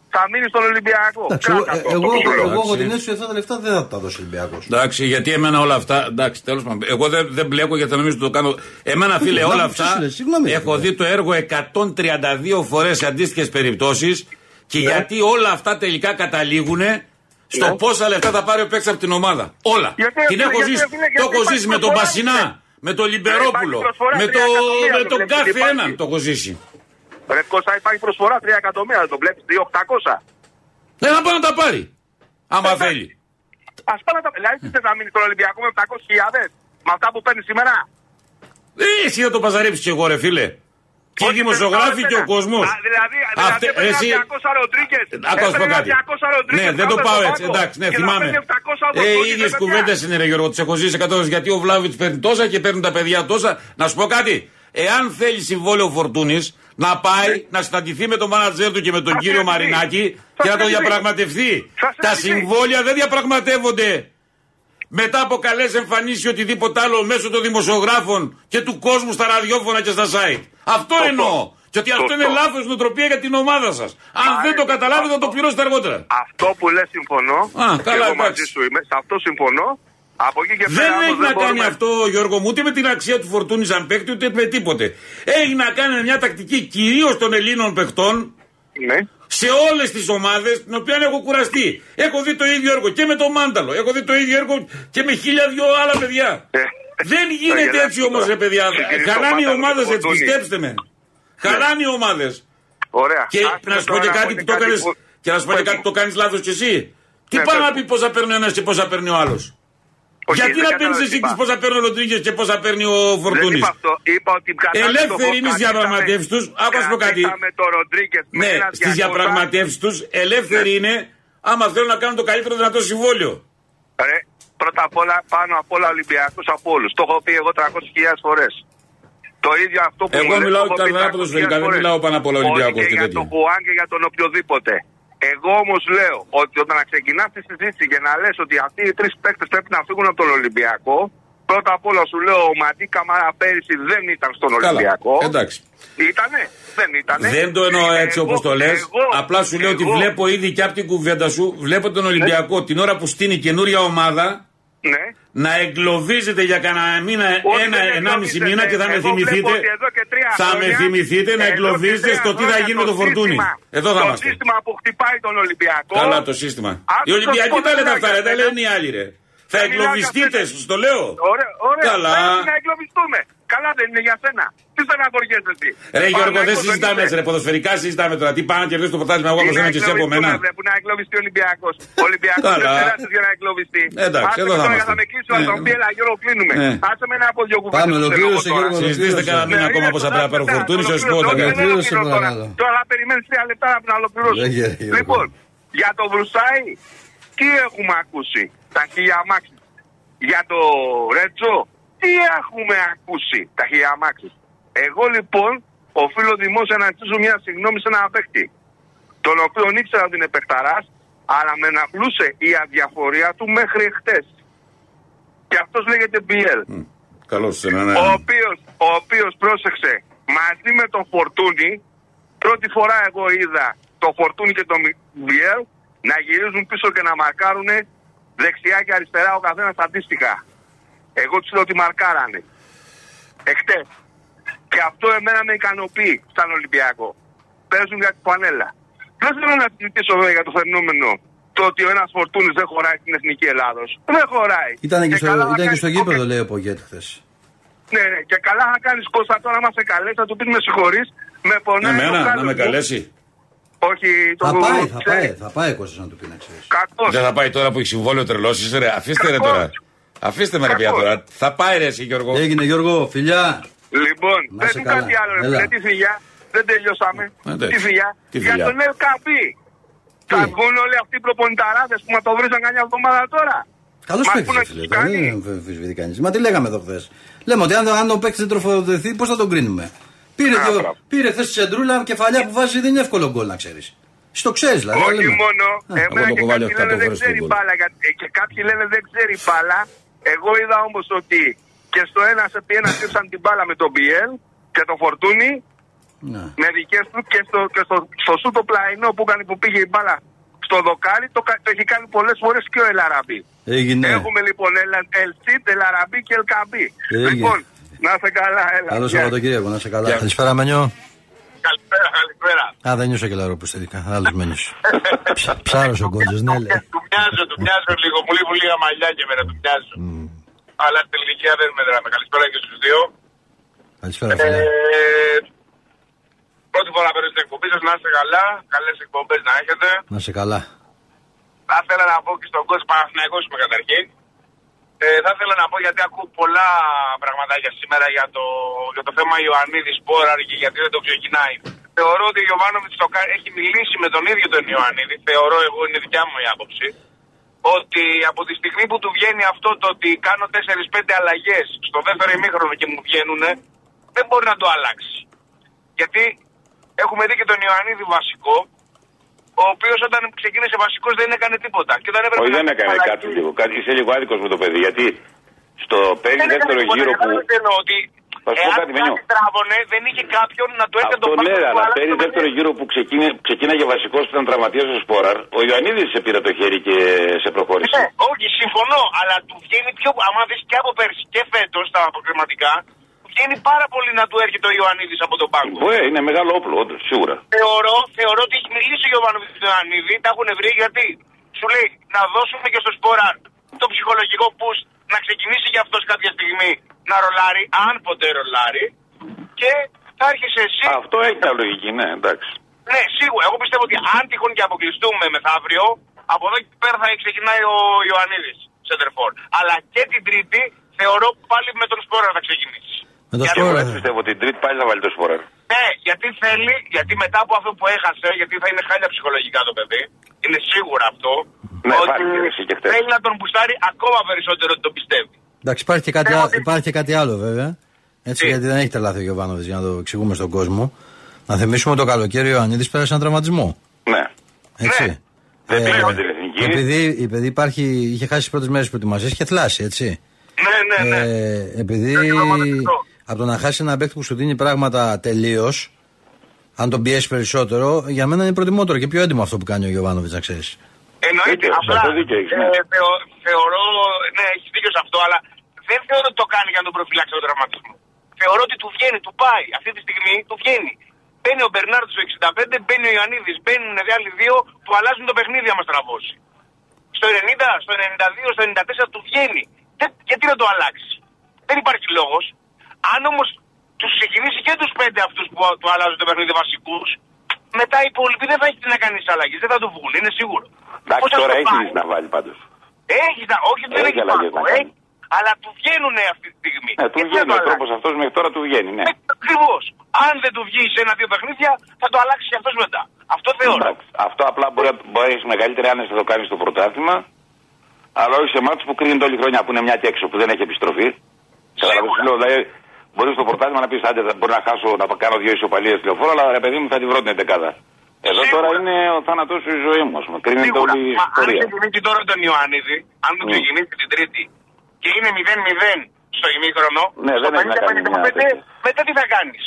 Speaker 9: θα μείνει στον Ολυμπιακό.
Speaker 1: Εντάξει, εγώ, ε,
Speaker 9: Κράτα το,
Speaker 1: εγώ,
Speaker 9: το σου λέω.
Speaker 1: εγώ έχω
Speaker 2: Εντάξει.
Speaker 1: την αίσθηση ότι αυτά τα λεφτά δεν θα τα δώσει ο Ολυμπιακός.
Speaker 2: Εντάξει, γιατί εμένα όλα αυτά. Εντάξει, τέλος πάντων. Εγώ δεν, δεν μπλέκω γιατί θα νομίζω ότι το κάνω. Εμένα, φίλε,
Speaker 1: να
Speaker 2: όλα
Speaker 1: μου
Speaker 2: αυτά.
Speaker 1: ψήσεις, συγγνώμη,
Speaker 2: έχω
Speaker 1: ρε,
Speaker 2: δει το έργο 132 φορές σε αντίστοιχες περιπτώσεις. Και
Speaker 1: Ναι.
Speaker 2: γιατί όλα αυτά τελικά καταλήγουν στο πόσα λεφτά θα πάρει ο παίκτης από την ομάδα. Όλα.
Speaker 9: Γιατί,
Speaker 2: την έχω
Speaker 9: γιατί,
Speaker 2: ζήσει.
Speaker 9: φίλε, γιατί
Speaker 2: το έχω
Speaker 9: υπάρχει
Speaker 2: ζήσει με τον
Speaker 9: προσφορά,
Speaker 2: Πασινά,
Speaker 9: φίλε.
Speaker 2: με τον Λιμπερόπουλο,
Speaker 9: Υπάρχει προσφορά,
Speaker 2: με, το,
Speaker 9: τρία εκατομμύρια
Speaker 2: με
Speaker 9: το
Speaker 2: τον
Speaker 9: βλέπεις,
Speaker 2: κάθε
Speaker 9: υπάρχει.
Speaker 2: έναν το έχω ζήσει.
Speaker 9: Ρε Κώστα, υπάρχει προσφορά 3 εκατομμύρια, δεν το βλέπεις 2.800.
Speaker 2: Δεν θα πάει να τα πάρει. Άμα θέλει.
Speaker 9: Ας πάμε τα. Δηλαδή,
Speaker 1: Ναι.
Speaker 9: τι θες να μείνεις στον Ολυμπιακό με 700.000 με αυτά που παίρνεις σήμερα.
Speaker 2: Ε, Εσύ θα το παζαρέψεις κι εγώ, ρε φίλε. Και οι
Speaker 9: Όχι,
Speaker 2: δημοσιογράφοι
Speaker 9: δεν
Speaker 2: και ο
Speaker 9: πάω
Speaker 2: κόσμο.
Speaker 9: εμένα. Α, Δηλαδή, δηλαδή
Speaker 2: Αυτέ-
Speaker 9: έπαιρνε
Speaker 2: εσύ-
Speaker 9: ένα 200 Ροντρίγκε.
Speaker 2: Άκου να σου πω κάτι. Ναι, δεν το πάω έτσι. Εντάξει, ναι, θυμάμαι. Ε, οι ίδιες κουβέντε είναι, ρε Γιώργο, τις έχω ζήσει 100 φορές, Γιατί ο Βλάβιτ παίρνει τόσα και παίρνουν τα παιδιά τόσα. Να σου πω κάτι. Εάν θέλει συμβόλαιο Φορτούνης, να πάει να συναντηθεί με τον μάνατζερ του και με τον
Speaker 9: Ναι. Θα
Speaker 2: κύριο
Speaker 9: συναντηθεί.
Speaker 2: Μαρινάκη
Speaker 9: Θα
Speaker 2: και να το
Speaker 9: συναντηθεί.
Speaker 2: διαπραγματευτεί.
Speaker 9: Θα
Speaker 2: Τα
Speaker 9: συναντηθεί.
Speaker 2: συμβόλαια δεν διαπραγματεύονται μετά από καλές εμφανίσεις ή οτιδήποτε άλλο μέσω των δημοσιογράφων και του κόσμου στα ραδιόφωνα και στα site. Αυτό εννοώ. Και ότι αυτό
Speaker 9: Σωστό.
Speaker 2: είναι λάθος νοοτροπία για την ομάδα σας. Αν δεν το
Speaker 9: Άρεσε
Speaker 2: καταλάβετε, θα το
Speaker 9: αυτό.
Speaker 2: πληρώσετε αργότερα.
Speaker 9: Αυτό που λες συμφωνώ.
Speaker 2: Α,
Speaker 9: και
Speaker 2: καλά,
Speaker 9: εγώ μαζί
Speaker 2: εντάξει.
Speaker 9: σου είμαι. Σε αυτό συμφωνώ. Από εκεί και
Speaker 2: Δεν
Speaker 9: πέρα όμως,
Speaker 2: έχει να κάνει
Speaker 9: μπορούμε-
Speaker 2: αυτό, Γιώργο μου, ούτε με την αξία του φορτούνη σαν παίκτη, ούτε με τίποτε. Έχει να κάνει με μια τακτική κυρίως των Ελλήνων παιχτών
Speaker 9: Ναι.
Speaker 2: σε όλες τις ομάδες, την οποία έχω κουραστεί. Έχω δει το ίδιο έργο και με τον Μάνταλο. Έχω δει το ίδιο έργο και με χίλια δυο άλλα παιδιά.
Speaker 9: Ε,
Speaker 2: Δεν
Speaker 9: θα
Speaker 2: γίνεται
Speaker 9: γελάσεις
Speaker 2: έτσι όμως,
Speaker 9: τώρα.
Speaker 2: ρε παιδιά.
Speaker 9: Συγκρίνεις τον
Speaker 2: Χαλάνε οι
Speaker 9: Μάνταλο με
Speaker 2: ομάδε
Speaker 9: τον
Speaker 2: έτσι,
Speaker 9: Φορτούνη. Ναι.
Speaker 2: πιστέψτε με. Χαλάνε οι ομάδες.
Speaker 9: Ωραία.
Speaker 2: Και
Speaker 9: Άσχετα
Speaker 2: να σου πω και
Speaker 9: τώρα
Speaker 2: κάτι
Speaker 9: είναι
Speaker 2: που το έκανε.
Speaker 9: που-
Speaker 2: Και να σου πω και
Speaker 9: Πες
Speaker 2: κάτι
Speaker 9: μου.
Speaker 2: που το κάνεις λάθος κι εσύ. Τι
Speaker 9: Ναι,
Speaker 2: πάει
Speaker 9: πες
Speaker 2: να
Speaker 9: μου.
Speaker 2: πει πόσα παίρνει ο ένας και πόσα παίρνει ο άλλος.
Speaker 9: Όχι,
Speaker 2: Γιατί
Speaker 9: δεν
Speaker 2: να παίρνει
Speaker 9: κατάλαβα τι
Speaker 2: εσύ
Speaker 9: είπα.
Speaker 2: τις πόσα παίρνει ο Ροντρίγκε και πόσα παίρνει ο
Speaker 9: Δεν
Speaker 2: Φορτούνη.
Speaker 9: είπα αυτό. Είπα ότι κρατάμε το
Speaker 2: Ελεύθερη
Speaker 9: Βο-
Speaker 2: είναι στις
Speaker 9: κρατήσαμε-
Speaker 2: διαπραγματεύσεις τους. Άκου να σου πω κάτι.
Speaker 9: κρατήσαμε το Ροντρίγκες με
Speaker 2: Ναι,
Speaker 9: ένα
Speaker 2: στις
Speaker 9: 200.
Speaker 2: διαπραγματεύσεις τους ελεύθεροι
Speaker 9: Ναι.
Speaker 2: είναι άμα θέλουν να κάνουν το καλύτερο δυνατό συμβόλαιο.
Speaker 9: Ρε, πρώτα απ' όλα, πάνω απ' όλα Ολυμπιακός από όλους. Το έχω πει εγώ 300.000 φορές. Το ίδιο αυτό που
Speaker 2: Εγώ
Speaker 9: μου λες,
Speaker 2: μιλάω
Speaker 9: το έχω
Speaker 2: καθαρά
Speaker 9: πει 300.000
Speaker 2: ποδοσφαιρικά, δεν
Speaker 9: φορές.
Speaker 2: δηλαδή μιλάω πάνω απ' όλα
Speaker 9: Όχι
Speaker 2: Ολυμπιακός και
Speaker 9: και για
Speaker 2: τέτοιο.
Speaker 9: τον Χουάν και για τον οποιοδήποτε. Εγώ όμως λέω ότι όταν ξεκινάς τη συζήτηση και να λες ότι αυτοί οι τρεις παίκτες πρέπει να φύγουν από τον Ολυμπιακό, πρώτα απ' όλα σου λέω ο Ματί Καμάρα πέρυσι δεν ήταν στον Ολυμπιακό.
Speaker 2: Εντάξει.
Speaker 9: Ήτανε, δεν ήτανε.
Speaker 2: Δεν το εννοώ έτσι
Speaker 9: Εγώ-
Speaker 2: όπως το λες.
Speaker 9: εγώ-
Speaker 2: Απλά σου λέω ότι
Speaker 9: εγώ-
Speaker 2: βλέπω ήδη και από την κουβέντα σου, βλέπω τον Ολυμπιακό την ώρα που στείνει καινούρια ομάδα
Speaker 9: Ναι.
Speaker 2: να εγκλωβίζεται για κανένα μήνα,
Speaker 9: Όχι,
Speaker 2: ένα,
Speaker 9: δεν
Speaker 2: ενάμιση
Speaker 9: εγκλωβίζεται. Ναι,
Speaker 2: μήνα και θα με
Speaker 9: Εγώ βλέπω
Speaker 2: θυμηθείτε.
Speaker 9: ότι εδώ και τρία
Speaker 2: Θα με
Speaker 9: χρόνια-
Speaker 2: θυμηθείτε να
Speaker 9: εδώ και
Speaker 2: εγκλωβίζετε
Speaker 9: τρία
Speaker 2: στο τι θα
Speaker 9: χρόνια
Speaker 2: γίνει με τον
Speaker 9: το
Speaker 2: Φορτούνη.
Speaker 9: σύστημα-
Speaker 2: Εδώ θα
Speaker 9: το
Speaker 2: είμαστε.
Speaker 9: σύστημα που χτυπάει τον Ολυμπιακό.
Speaker 2: Καλά το σύστημα.
Speaker 9: Λοιπόν, Άκουσα
Speaker 2: Οι Ολυμπιακοί
Speaker 9: πώς
Speaker 2: τα λένε
Speaker 9: μιλάει
Speaker 2: αυτά,
Speaker 9: για
Speaker 2: ρε, τα
Speaker 9: σένα.
Speaker 2: λένε οι άλλοι, ρε. Θα
Speaker 9: μιλάω για
Speaker 2: εγκλωβιστείτε,
Speaker 9: σένα.
Speaker 2: σου το λέω.
Speaker 9: Ωραία, ωραία.
Speaker 2: Καλά.
Speaker 9: Πρέπει να εγκλωβιστούμε. Καλά δεν είναι για σένα. Τι στεναχωριέσαι εσύ.
Speaker 2: Ρε Γιώργο, δεν
Speaker 9: Παναγιώτος,
Speaker 2: συζητάμε
Speaker 9: είσαι.
Speaker 2: έτσι, ρε. Ποδοσφαιρικά συζητάμε τώρα. Τι πάνε να κερδίσει το πρωτάθλημα εγώ από
Speaker 9: Τι να
Speaker 2: σένα και εσύ από
Speaker 9: εγκλωβιστούμε,
Speaker 2: μένα.
Speaker 9: βρε, Που να εγκλωβιστεί ο Ολυμπιακός. Ο Ολυμπιακός
Speaker 2: Καλά.
Speaker 9: δεν περάσει για να εγκλωβιστεί.
Speaker 2: Εντάξει,
Speaker 9: Άσε
Speaker 2: εδώ
Speaker 9: με
Speaker 2: θα
Speaker 9: τώρα,
Speaker 2: είμαστε.
Speaker 9: Θα με κλείσει ο
Speaker 2: Ναι,
Speaker 9: Αντροπή,
Speaker 2: ναι.
Speaker 9: έλα Γιώργο, κλείνουμε.
Speaker 2: Ναι.
Speaker 9: Άσε με ένα από δύο κουβέντε.
Speaker 1: Πάμε, ολοκλήρωσε, Γιώργος.
Speaker 2: Συζητήστε κανένα μήνα
Speaker 9: Ναι,
Speaker 2: ακόμα
Speaker 9: είναι
Speaker 2: πώ θα
Speaker 9: κοντά,
Speaker 2: πρέπει να πάρει ο
Speaker 9: κοντά,
Speaker 2: Φορτούνη και ο
Speaker 9: ολοκληρώνω,
Speaker 2: Σπότα.
Speaker 9: δεν
Speaker 1: Ολοκλήρωσε,
Speaker 9: ολοκληρώνω τώρα.
Speaker 1: παρακαλώ.
Speaker 9: Τώρα περιμένεις τρία λεπτά να ολοκληρώσω.
Speaker 1: Λέγε, ρε, Γιώργο.
Speaker 9: Λοιπόν, για το Βρουσάι, τι έχουμε ακούσει. Τα χίλια αμάξι. Για το Ρέτσο, τι έχουμε ακούσει. Τα χίλια αμάξι. Εγώ λοιπόν οφείλω δημόσια να ζητήσω μια συγγνώμη σε ένα παίκτη. Τον οποίο ήξερα ότι είναι παιχταράς, αλλά με ενοχλούσε η αδιαφορία του μέχρι χτες. Και αυτός λέγεται BL
Speaker 2: Καλώ ήρθατε, ναι.
Speaker 9: ο οποίος, ο οποίος πρόσεξε μαζί με τον Φορτούνη πρώτη φορά εγώ είδα τον Φορτούνη και τον Μπιέλ να γυρίζουν πίσω και να μαρκάρουν δεξιά και αριστερά ο καθένας αντίστοιχα εγώ τους είδα ότι μαρκάρανε εχθές και αυτό εμένα με ικανοποιεί σαν Ολυμπιακό παίζουν για την πανέλα δεν θέλω να συζητήσω βέβαια για το φαινόμενο το ότι ο ένας Φορτούνης δεν χωράει στην Εθνική Ελλάδος δεν χωράει
Speaker 1: Ήταν και, στο,
Speaker 9: Ε, καλά θα
Speaker 1: ήταν και
Speaker 9: κάνει
Speaker 1: στο
Speaker 9: κόκκινο.
Speaker 1: γήπεδο, λέει ο Πογέτη χθες.
Speaker 9: Ναι, ναι, και καλά θα κάνεις Κώστα τώρα, άμα σε καλέσει, θα του πεις με συγχωρείς. Με πονάει. το
Speaker 2: Εμένα,
Speaker 9: κράτος
Speaker 2: Ναι, να με
Speaker 9: μου.
Speaker 2: καλέσει.
Speaker 9: Όχι, το
Speaker 1: Θα πάει, θα
Speaker 9: ξέρεις.
Speaker 1: πάει, θα πάει Κώστα να του πει να ξέρεις.
Speaker 9: Κακός.
Speaker 2: Δεν θα πάει τώρα που έχει συμβόλαιο τρελό, είσαι ρε. Αφήστε ρε
Speaker 9: Κακός.
Speaker 2: τώρα. Αφήστε με ρε παιδιά
Speaker 9: Κακός.
Speaker 2: τώρα. Θα πάει ρε εσύ Γιώργο.
Speaker 1: Έγινε Γιώργο, φιλιά.
Speaker 9: Λοιπόν,
Speaker 1: Να
Speaker 9: δεν
Speaker 1: σε
Speaker 9: είναι
Speaker 1: καλά.
Speaker 9: κάτι άλλο. ρε
Speaker 1: Έλα.
Speaker 9: φίλε, Τι φιλιά, δεν τελειώσαμε.
Speaker 2: Ε, Εντάξει.
Speaker 9: Τι φιλιά.
Speaker 2: Τι
Speaker 9: Για
Speaker 2: φιλιά.
Speaker 9: τον ΕΚΑΠΗ. Θα βγουν όλοι αυτοί οι προπονηταράδες που μας το βρίζαν κανένα εβδομάδα τώρα.
Speaker 1: Καλός
Speaker 9: Μας
Speaker 1: παίκτης.
Speaker 9: πού να
Speaker 1: φίλε,
Speaker 9: έχει
Speaker 1: το
Speaker 9: κάνει.
Speaker 1: Δεν αμφισβητεί κανείς. Μα τι λέγαμε εδώ χθες. Λέμε ότι αν, αν ο παίκτης δεν τροφοδοτηθεί, πώς θα τον κρίνουμε. Πήρε,
Speaker 9: Α,
Speaker 1: δυο-
Speaker 9: μπράβο.
Speaker 1: πήρε χθε τσεντρούλα, κεφαλιά που βάζει δεν είναι εύκολο γκολ να ξέρεις. Στο ξέρεις δηλαδή.
Speaker 9: Όχι
Speaker 1: λέμε.
Speaker 9: μόνο.
Speaker 1: Α,
Speaker 2: εγώ
Speaker 9: Εμένα
Speaker 2: το
Speaker 9: και
Speaker 2: κουβάλιο
Speaker 9: κάποιοι
Speaker 2: αυτά
Speaker 9: λένε
Speaker 2: το
Speaker 9: δεν
Speaker 2: βρίσκω
Speaker 9: ξέρει
Speaker 2: γκολ.
Speaker 9: μπάλα. κα- ε, Και κάποιοι λένε δεν ξέρει μπάλα. Εγώ είδα όμως ότι και στο ένα σε ένα στήσαν την μπάλα με τον Μπιέλ και το φορτούνι
Speaker 1: Ναι.
Speaker 9: με δικές του και στο, και στο, στο σου το πλαϊνό που, κάνει, που πήγε η μπάλα στο δοκάρι το, κα- το έχει κάνει πολλές φορές και ο Ελαραμπή.
Speaker 1: Έγινε.
Speaker 9: Έχουμε λοιπόν Ελ- Ελσίτ, Ελαραμπή και Ελκαμπή.
Speaker 1: Έγινε.
Speaker 9: Λοιπόν, να είσαι καλά, έλα.
Speaker 1: Καλό
Speaker 9: Γεια.
Speaker 1: Σαββατοκύριακο, να είσαι καλά.
Speaker 2: Γεια.
Speaker 1: Καλησπέρα, Μενιό.
Speaker 9: Καλησπέρα, καλησπέρα.
Speaker 1: Α, δεν νιώσα και λαρό που Άλλος Μενιό.
Speaker 9: (laughs)
Speaker 1: Ψάρο ο κόντζος, ναι, λέει.
Speaker 10: Ε, Του μοιάζω, του μοιάζω λίγο. Μου λείπουν λίγα μαλλιά και εμένα του μοιάζω. Αλλά στην ηλικία δεν μετράμε. Καλησπέρα και στους δύο.
Speaker 1: Καλησπέρα, φίλε.
Speaker 10: Ε, πρώτη φορά παίρνω στην εκπομπή σας. Να είστε καλά. Καλές εκπομπές να έχετε.
Speaker 1: Να είσαι καλά.
Speaker 10: Θα ήθελα να πω και στον κόσμο Παναθηναϊκός είμαι καταρχήν. Ε, θα ήθελα να πω γιατί ακούω πολλά πραγματάκια σήμερα για το, για το θέμα Ιωαννίδης Σπόραρη και γιατί δεν το ξεκινάει. Θεωρώ ότι ο Γιωβάνοβιτ έχει μιλήσει με τον ίδιο τον Ιωαννίδη. Θεωρώ εγώ, είναι δικιά μου η άποψη. Ότι από τη στιγμή που του βγαίνει αυτό το ότι κάνω 4-5 αλλαγές στο δεύτερο ημίχρονο και μου βγαίνουν, δεν μπορεί να το αλλάξει. Γιατί έχουμε δει και τον Ιωαννίδη βασικό, ο οποίος όταν ξεκίνησε βασικός δεν έκανε τίποτα. Και όταν έπρεπε
Speaker 6: Όχι,
Speaker 10: να
Speaker 6: δεν
Speaker 10: κάνει
Speaker 6: έκανε
Speaker 10: αλλαγή-
Speaker 6: κάτι λίγο. Κάτι- Είσαι λίγο άδικος με το παιδί. Γιατί στο παίζει
Speaker 10: δεν
Speaker 6: δεύτερο
Speaker 10: έκανε τίποτα,
Speaker 6: γύρο που.
Speaker 10: κατάλαβες τι εννοώ, ότι
Speaker 6: Θα σου πω
Speaker 10: εάν
Speaker 6: κάτι, Μενιό.
Speaker 10: τράβωνε, δεν είχε κάποιον να του έκανε
Speaker 6: Αυτό
Speaker 10: τον
Speaker 6: ναι,
Speaker 10: πάγκο του,
Speaker 6: αλλά
Speaker 10: άλλαξε
Speaker 6: παίρνει
Speaker 10: το
Speaker 6: δεύτερο γύρο που ξεκίνη, ξεκίναγε βασικός που ήταν τραυματίας ο Σπόραρ. Ο Ιωαννίδης σε πήρε το χέρι και σε προχώρησε.
Speaker 10: Ναι, όχι, συμφωνώ, αλλά του βγαίνει πιο. Άμα δεις και από πέρσι και φέτος τα αποκριματικά, του βγαίνει πάρα πολύ να του έρχεται ο Ιωαννίδης από τον πάγκο.
Speaker 6: Μπορεί, είναι μεγάλο όπλο, όντως, σίγουρα.
Speaker 10: Θεωρώ, θεωρώ ότι έχει μιλήσει ο Γιωβάνο Ιωαννίδη, τα έχουν βρει γιατί σου λέει να δώσουμε και στο Σπόραν το ψυχολογικό push να ξεκινήσει για αυτός κάποια στιγμή να ρολάρει, αν ποτέ ρολάρει, και θα έρχεσαι εσύ.
Speaker 6: Ε, Αυτό έχει μια λογική, ναι, εντάξει.
Speaker 10: Ναι, σίγουρα. Εγώ πιστεύω ότι αν τυχόν και αποκλειστούμε μεθαύριο, από εδώ και πέρα θα ξεκινάει ο Ιωαννίδης σε τερφόρ. Αλλά και την Τρίτη θεωρώ πάλι με τον Σπόρα θα ξεκινήσει.
Speaker 1: Με το
Speaker 10: Για
Speaker 6: Και εγώ
Speaker 1: Σπόρα. ναι.
Speaker 6: έτσι πιστεύω ότι την Τρίτη πάλι θα βάλει το Σπόραρ.
Speaker 10: Ναι, γιατί θέλει, γιατί μετά από αυτό που έχασε, γιατί θα είναι χάλια ψυχολογικά το παιδί, είναι σίγουρα αυτό.
Speaker 6: Ναι, φάνηκε, ρε, εσύ και χθες.
Speaker 10: θέλει να τον μπουστάρει ακόμα περισσότερο ότι τον πιστεύει.
Speaker 1: Εντάξει, υπάρχει και κάτι,
Speaker 10: Θέλω
Speaker 1: άλλο,
Speaker 10: ότι-
Speaker 1: υπάρχει και κάτι άλλο βέβαια. Έτσι,
Speaker 10: Τι?
Speaker 1: γιατί δεν έχετε λάθει ο Γιωβάνοβιτ για να το εξηγούμε στον κόσμο. Να θυμίσουμε το καλοκαίρι ο Ιωαννίδης πέρασε έναν τραυματισμό.
Speaker 6: Ναι.
Speaker 1: Έτσι. Ε,
Speaker 10: Ναι.
Speaker 6: Δεν πήγε με την εθνική.
Speaker 1: επειδή, επειδή υπάρχει, είχε χάσει τις πρώτες μέρες προετοιμασίας και θλάσει, έτσι.
Speaker 10: Ναι, ναι, ναι.
Speaker 1: Ε, επειδή
Speaker 10: Δεν θυμάμαι να το
Speaker 1: από το να χάσει ένα παίκτη που σου δίνει πράγματα τελείως, αν τον πιέσεις περισσότερο, για μένα είναι προτιμότερο και πιο έντιμο αυτό που κάνει ο Γιωβάνοβιτ, να ξέρεις.
Speaker 10: Εννοείται.
Speaker 6: Δίκαιος,
Speaker 10: απλά,
Speaker 6: αυτό δίκαιο έχεις, ναι.
Speaker 10: ε, θεω- θεωρώ, ναι, έχεις δίκιο σε αυτό, αλλά δεν θεωρώ ότι το κάνει για να τον προφυλάξει τον τραυματισμός. Θεωρώ ότι του βγαίνει, του πάει. Αυτή τη στιγμή του βγαίνει. Μπαίνει ο Μπερνάρντ στο 65, μπαίνει ο Ιωαννίδης, μπαίνουν οι άλλοι δύο που αλλάζουν το παιχνίδι άμα στραβώσει. Στο 90, στο 92, στο 94 του βγαίνει. Δεν, γιατί να το αλλάξεις. Δεν υπάρχει λόγος. Αν όμως τους ξεκινήσει και τους πέντε αυτούς που του αλλάζουν το παιχνίδι βασικούς, μετά οι υπόλοιποι δεν θα έχει τι να κάνει αλλαγές. Δεν θα του βγουν, είναι σίγουρο.
Speaker 6: Εντάξει,
Speaker 10: Πώς θα
Speaker 6: τώρα
Speaker 10: το
Speaker 6: έχεις
Speaker 10: πάει.
Speaker 6: λύση να βάλει πάντως.
Speaker 10: Έχεις να. Όχι, δεν
Speaker 6: Έχει
Speaker 10: έχεις
Speaker 6: αλλαγές
Speaker 10: πάγκο,
Speaker 6: να κάνει.
Speaker 10: έχεις. Αλλά του βγαίνουν αυτή τη στιγμή.
Speaker 6: Ναι, του βγαίνει ο τρόπος αυτός μέχρι τώρα του βγαίνει,
Speaker 10: Ε,
Speaker 6: ναι.
Speaker 10: Ακριβώς. Αν δεν του βγει σε ένα-δύο παιχνίδια, θα το αλλάξει και αυτός μετά. Αυτό θεωρώ.
Speaker 6: Εντάξει, Αυτό απλά μπορεί, να- μπορεί να έχεις μεγαλύτερη άνεση να το κάνεις στο πρωτάθλημα. Αλλά όχι σε μάτς που κρίνεται όλη η χρονιά που είναι μια και έξω που δεν έχει επιστροφή. Καταλαβαίνεις τι λέω, δηλαδή, μπορεί στο πρωτάθλημα να πεις άντε θα- μπορεί να χάσω να κάνω δύο ισοπαλίες τηλεφόρα, αλλά ρε παιδί μου θα τη βρω την εντεκάδα. Εδώ
Speaker 10: Σίγουρα.
Speaker 6: τώρα είναι ο θάνατός σου η ζωής μου, ας πούμε. Κρίνεται
Speaker 10: Σίγουρα.
Speaker 6: όλη η
Speaker 10: Μα αν
Speaker 6: ιστορία.
Speaker 10: ξεκινήσει τώρα τον Ιωάννιδη, αν τον
Speaker 6: Mm.
Speaker 10: ξεκινήσει την Τρίτη και είναι 0-0 στο ημίχρονο,
Speaker 6: Ναι,
Speaker 10: στο
Speaker 6: δεν έχει να κάνει μια
Speaker 10: 50-55,
Speaker 6: τέτοια.
Speaker 10: μετά τι θα κάνεις.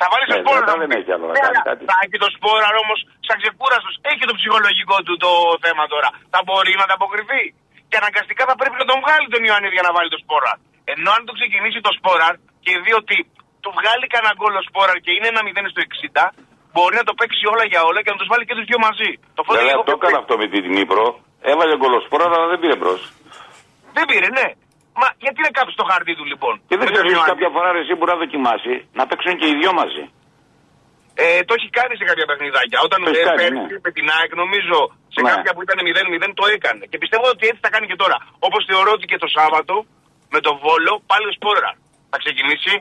Speaker 10: Θα βάλει
Speaker 6: Ναι,
Speaker 10: το σπόρο.
Speaker 6: μετά
Speaker 10: θα μου
Speaker 6: δεν
Speaker 10: πεις.
Speaker 6: έχει άλλο να
Speaker 10: Ναι,
Speaker 6: κάνει
Speaker 10: αλλά
Speaker 6: κάτι.
Speaker 10: Θα έχει το σπόρο όμως σαν ξεκούραστος. Έχει το ψυχολογικό του το θέμα τώρα. Θα μπορεί να τα αποκριθεί. Και αναγκαστικά θα πρέπει να τον βγάλει τον Ιωάννη για να βάλει το σπόρα. Ενώ αν το ξεκινήσει το σπόρα και δει ότι του βγάλει κανένα γκολ ο σπόρα και είναι ένα 0 στο 60, μπορεί να το παίξει όλα για όλα και να τους βάλει και τους δύο μαζί. Το φόβο
Speaker 6: Βέβαια το έκανε αυτό με την Νύπρο. Έβαλε κολοσπρό, αλλά δεν πήρε μπρος.
Speaker 10: δεν πήρε, ναι. Μα γιατί να κάψει το χαρτί του λοιπόν.
Speaker 6: Και δεν
Speaker 10: με τον
Speaker 6: ξέρει
Speaker 10: Ιωάννη.
Speaker 6: κάποια φορά ρε, εσύ μπορεί να δοκιμάσει να παίξουν και οι δυο μαζί.
Speaker 10: Ε, το έχει κάνει σε κάποια παιχνιδάκια. Όταν
Speaker 6: Το έχει
Speaker 10: ε,
Speaker 6: κάνει,
Speaker 10: πέρσι
Speaker 6: ναι.
Speaker 10: με την ΑΕΚ, νομίζω σε
Speaker 6: Ναι.
Speaker 10: κάποια που ήταν 0-0 το έκανε. Και πιστεύω ότι έτσι θα κάνει και τώρα. Όπως θεωρώ ότι και το Σάββατο με το Βόλο πάλι ο Σπόρα θα ξεκινήσει.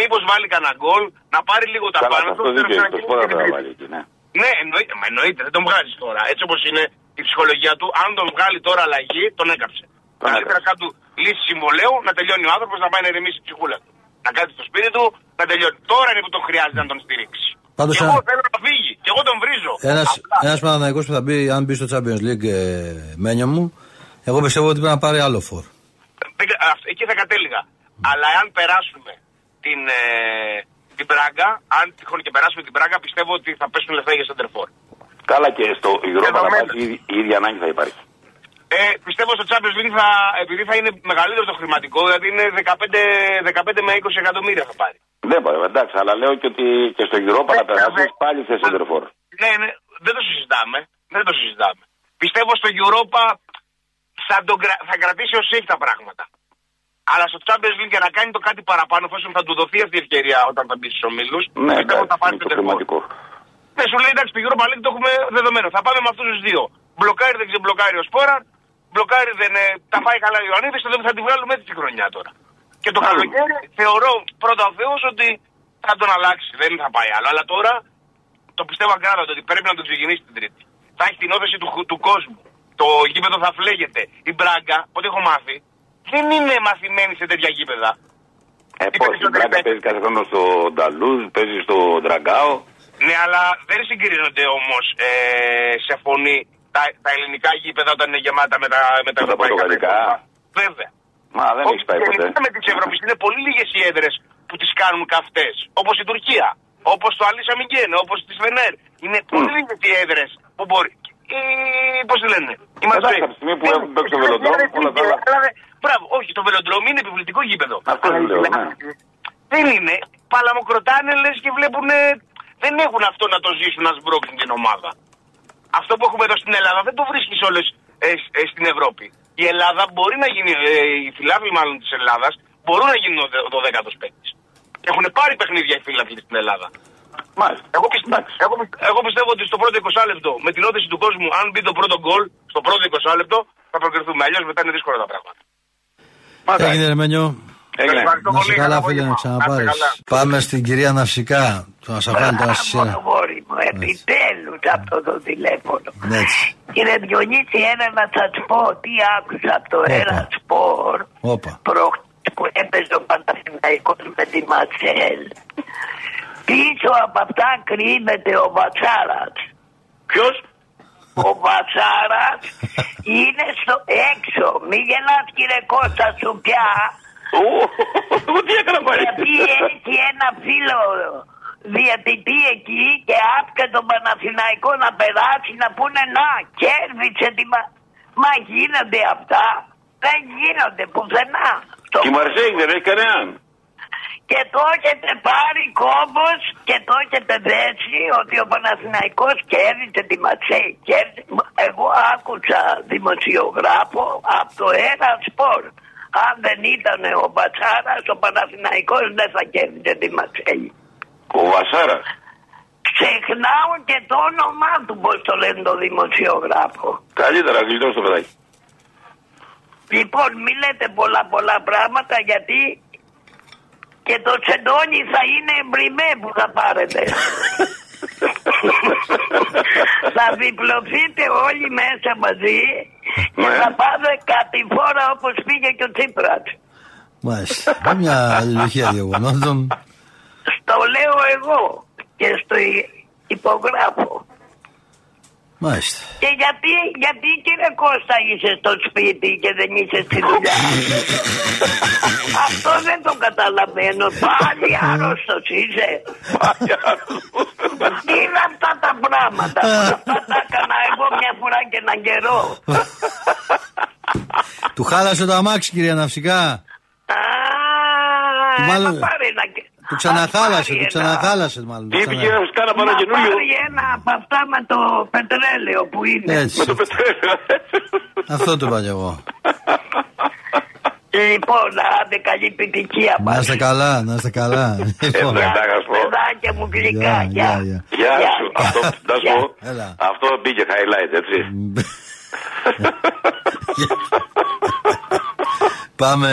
Speaker 10: Μήπως βάλει κανένα γκολ, να πάρει λίγο τα
Speaker 6: Καλά,
Speaker 10: πάνω
Speaker 6: αυτό
Speaker 10: του.
Speaker 6: δίκαιο
Speaker 10: να
Speaker 6: έχει. Το
Speaker 10: ξεκινήσει
Speaker 6: σπόρα
Speaker 10: και την
Speaker 6: θα
Speaker 10: τρίτη.
Speaker 6: βάλει εκεί, ναι.
Speaker 10: Ναι, εννοείται, μα εννοείται, δεν τον βγάζεις τώρα. Έτσι όπως είναι, η ψυχολογία του, αν τον βγάλει τώρα αλλαγή, τον έκαψε. Καλύτερα κάτω λύση συμβολέου να τελειώνει ο άνθρωπος να πάει να ηρεμήσει η ψυχούλα του. Να κάτσει στο σπίτι του, να τελειώνει. Τώρα είναι που τον χρειάζεται να τον στηρίξει.
Speaker 1: Πάντως
Speaker 10: και
Speaker 1: ένα-
Speaker 10: εγώ θέλω να φύγει. Και εγώ τον βρίζω.
Speaker 1: Ένας,
Speaker 10: Απλά.
Speaker 1: ένας Παναθηναϊκός που θα μπει, αν μπει στο Champions League, ε, μένιο μου, εγώ πιστεύω ότι πρέπει να πάρει άλλο φορ.
Speaker 10: Δεν κα- αυ- Εκεί θα κατέληγα. Αλλά εάν περάσουμε την, ε, την Πράγκα, αν τυχόν και περάσουμε την Πράγκα, πιστεύω ότι θα πέσουν λεφτά για σεντερφόρ.
Speaker 6: Καλά και στο Europa να
Speaker 10: Δεδομένα.
Speaker 6: πάρει, η, η ίδια ανάγκη θα υπάρχει.
Speaker 10: Ε, πιστεύω στο Champions League θα, επειδή θα είναι μεγαλύτερο το χρηματικό, δηλαδή είναι 15, 15 με 20 εκατομμύρια θα πάρει.
Speaker 6: Δεν πάει, εντάξει, αλλά λέω και ότι και στο Europa να περάσει πάλι σε σεντερφόρ.
Speaker 10: Ναι, ναι, δεν το συζητάμε. Δεν το συζητάμε. Πιστεύω στο Europa θα, τον κρα- θα κρατήσει ως έχει τα πράγματα. Αλλά στο Champions League για να κάνει το κάτι παραπάνω, εφόσον θα του δοθεί αυτή η ευκαιρία όταν θα μπει στους ομίλους,
Speaker 6: Ναι,
Speaker 10: πιστεύω
Speaker 6: εντάξει,
Speaker 10: θα πάρει
Speaker 6: είναι
Speaker 10: το
Speaker 6: το
Speaker 10: τερμό.
Speaker 6: χρηματικό.
Speaker 10: Ναι, σου λέει εντάξει, το Europa League το έχουμε δεδομένο. Θα πάμε με αυτούς τους δύο. Μπλοκάρει δεν ξεμπλοκάρει ο Σπόρα, μπλοκάρει δεν ε, τα πάει καλά ο Ιωαννίδης, θα τη βγάλουμε έτσι τη χρονιά τώρα. Και το καλοκαίρι θεωρώ πρώτα ο Θεός ότι θα τον αλλάξει, δεν θα πάει άλλο. Αλλά τώρα το πιστεύω ακράδαντα ότι πρέπει να τον ξεκινήσει την Τρίτη. Θα έχει την όθεση του, του κόσμου. Το γήπεδο θα φλέγεται. Η Μπράγκα, ό,τι έχω μάθει, δεν είναι μαθημένη σε τέτοια γήπεδα.
Speaker 6: Ε, πώς, η Μπράγκα παίζει κάθε χρόνο στο Νταλούζ, παίζει στο Ντραγκάο.
Speaker 10: Ναι, αλλά δεν συγκρίνονται όμως ε, σε φωνή τα, τα ελληνικά γήπεδα όταν είναι γεμάτα με τα,
Speaker 6: Με
Speaker 10: με τα
Speaker 6: τα
Speaker 10: ευρωπαϊκά.
Speaker 6: πορτογαλικά.
Speaker 10: Βέβαια.
Speaker 6: Μα δεν έχεις πάει ποτέ.
Speaker 10: Γενικά με τις Ευρώπη είναι πολύ λίγες οι έδρες που τις κάνουν καυτές. Όπως η Τουρκία, όπως το Αλίσα Μιγγένε, όπως τη Φενέρ. Είναι πολύ λίγες οι έδρες που μπορεί. Πώς τη λένε, η
Speaker 6: Εντάξει,
Speaker 10: Μαρσέη.
Speaker 6: από τη στιγμή που
Speaker 10: Δεν-
Speaker 6: έχουν παίξει το
Speaker 10: δεν-
Speaker 6: Βελοντρόμ,
Speaker 10: δεν-
Speaker 6: όλα τα άλλα.
Speaker 10: Κατάλαβε. Μπράβο, όχι, το βελοντρόμι είναι επιβλητικό γήπεδο.
Speaker 6: Αυτό
Speaker 10: Αλλά
Speaker 6: λέω,
Speaker 10: οι
Speaker 6: ναι.
Speaker 10: φιλάθλοι Δεν είναι. Παλαμοκροτάνε λες και βλέπουν. Δεν έχουν αυτό να το ζήσουν να σμπρώξουν την ομάδα. Αυτό που έχουμε εδώ στην Ελλάδα δεν το βρίσκεις όλες ε, στην Ευρώπη. Η Ελλάδα μπορεί να γίνει. Ε, οι φιλάθλοι μάλλον της Ελλάδας μπορούν να γίνουν ο δε- ο 12ο παίκτη. Έχουν πάρει παιχνίδια οι φιλάθλοι στην Ελλάδα.
Speaker 6: Μάλιστα.
Speaker 10: Εγώ, πιστεύω, εγώ, πι- εγώ πιστεύω ότι στο πρώτο 20 λεπτό, με την όθεση του κόσμου, αν μπει το πρώτο γκολ, στο πρώτο 20 λεπτό θα προκριθούμε. Αλλιώς μετά είναι δύσκολα τα πράγματα.
Speaker 1: Έγινε ρε Μένιο.
Speaker 6: Έγινε.
Speaker 10: Ευχαριστώ
Speaker 1: Να σε
Speaker 10: πολύ,
Speaker 1: καλά
Speaker 10: καλό
Speaker 1: φίλε να
Speaker 10: απόγευμα.
Speaker 1: ξαναπάρεις.
Speaker 10: Να είστε καλά.
Speaker 1: Πάμε στην κυρία Ναυσικά. Το να σε βάλει τώρα στη
Speaker 11: Μπράβο,
Speaker 1: σειρά.
Speaker 11: γόρι μου, επιτέλους αυτό το τηλέφωνο.
Speaker 1: Έτσι.
Speaker 11: Κύριε Διονύση, ένα να σα πω τι άκουσα από το
Speaker 1: Όπα.
Speaker 11: ένα σπορ
Speaker 1: Όπα.
Speaker 11: προχ... που έπαιζε ο Παναθηναϊκός με τη Ματσέλ. Πίσω από αυτά κρίνεται ο Βατσάρας.
Speaker 10: Ποιος?
Speaker 11: Ο Βατσάρας είναι στο έξω. Μη γελάς κύριε Κώστα σου πια.
Speaker 6: Εγώ τι έκανα πάλι.
Speaker 11: Γιατί έχει ένα φίλο διαιτητή εκεί και άφηκε τον Παναθηναϊκό να περάσει να πούνε να κέρδισε τη μα... Μα γίνονται αυτά. Δεν γίνονται πουθενά.
Speaker 6: Και η
Speaker 11: Το-
Speaker 6: Μαρσέη δεν έχει κανέναν.
Speaker 11: Και το έχετε πάρει κόμπος και το έχετε δέσει ότι ο Παναθηναϊκός κέρδισε τη Ματσέη. Κέρδι- Εγώ άκουσα δημοσιογράφο από το ένα σπορ. Αν δεν ήταν ο Μπατσάρας, ο Παναθηναϊκός δεν θα κέρδισε τη Ματσέη.
Speaker 6: Ο Βασάρα.
Speaker 11: Ξεχνάω και το όνομά του, πώς το λένε το δημοσιογράφο.
Speaker 6: Καλύτερα, γλιτώ στο παιδάκι.
Speaker 11: Λοιπόν, μην λέτε πολλά πολλά πράγματα γιατί και το τσεντόνι θα είναι εμπριμέ που θα πάρετε. θα διπλωθείτε όλοι μέσα μαζί και
Speaker 6: Ναι.
Speaker 11: θα πάτε κατηφόρα όπως πήγε και ο Τσίπρας.
Speaker 1: Μάλιστα. Μια αλληλουχία γεγονότων.
Speaker 11: Στο λέω εγώ και στο υπογράφω.
Speaker 1: Μάλιστα.
Speaker 11: Και γιατί, γιατί κύριε Κώστα είσαι στο σπίτι και δεν είσαι στη δουλειά. Αυτό δεν το καταλαβαίνω. Πάλι άρρωστος είσαι. Τι είναι αυτά τα πράγματα. Αυτά τα έκανα εγώ μια φορά και έναν καιρό.
Speaker 1: Του χάλασε το αμάξι κυρία Ναυσικά.
Speaker 11: Α,
Speaker 1: Του
Speaker 11: έλα,
Speaker 1: μάλλον-
Speaker 11: πάρε ένα και-
Speaker 1: Του ξαναχάλασε,
Speaker 11: ας
Speaker 1: του
Speaker 11: πάρει
Speaker 1: ξαναχάλασε μάλλον.
Speaker 6: Τι
Speaker 1: του
Speaker 6: είπε
Speaker 1: ξανα-
Speaker 6: και να σου κάνω
Speaker 11: ένα-
Speaker 6: πάνω
Speaker 11: να
Speaker 6: καινούριο.
Speaker 11: πάρει ένα από αυτά με το πετρέλαιο που είναι.
Speaker 6: Με
Speaker 1: Έτσι.
Speaker 6: το πετρέλαιο.
Speaker 1: Αυτό το είπα κι εγώ.
Speaker 11: Λοιπόν, άντε καλή επιτυχία.
Speaker 1: Να είστε καλά, να είστε καλά.
Speaker 10: Ε,
Speaker 1: Λοιπόν,
Speaker 6: Εντάξει, να σου πω.
Speaker 11: Παιδάκια μου γλυκά,
Speaker 1: Γεια,
Speaker 11: γεια.
Speaker 1: γεια, γεια.
Speaker 6: Γεια σου. Αυτό, να σου πω,
Speaker 1: Έλα.
Speaker 6: Αυτό μπήκε highlight, έτσι.
Speaker 1: Πάμε.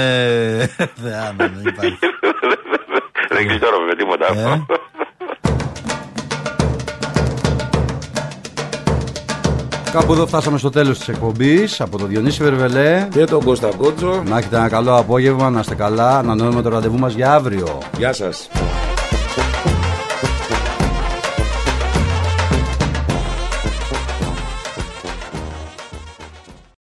Speaker 1: (laughs) Θεάνα, δεν υπάρχει.
Speaker 6: Δεν γλιτώνω με τίποτα.
Speaker 1: Ε. Κάπου εδώ φτάσαμε στο τέλος της εκπομπής από τον Διονύση Βερβελέ.
Speaker 12: Και τον Κώστα Κότσο.
Speaker 1: Να έχετε ένα καλό απόγευμα, να είστε καλά. Ανανεώνουμε το ραντεβού μας για αύριο.
Speaker 12: Γεια σας.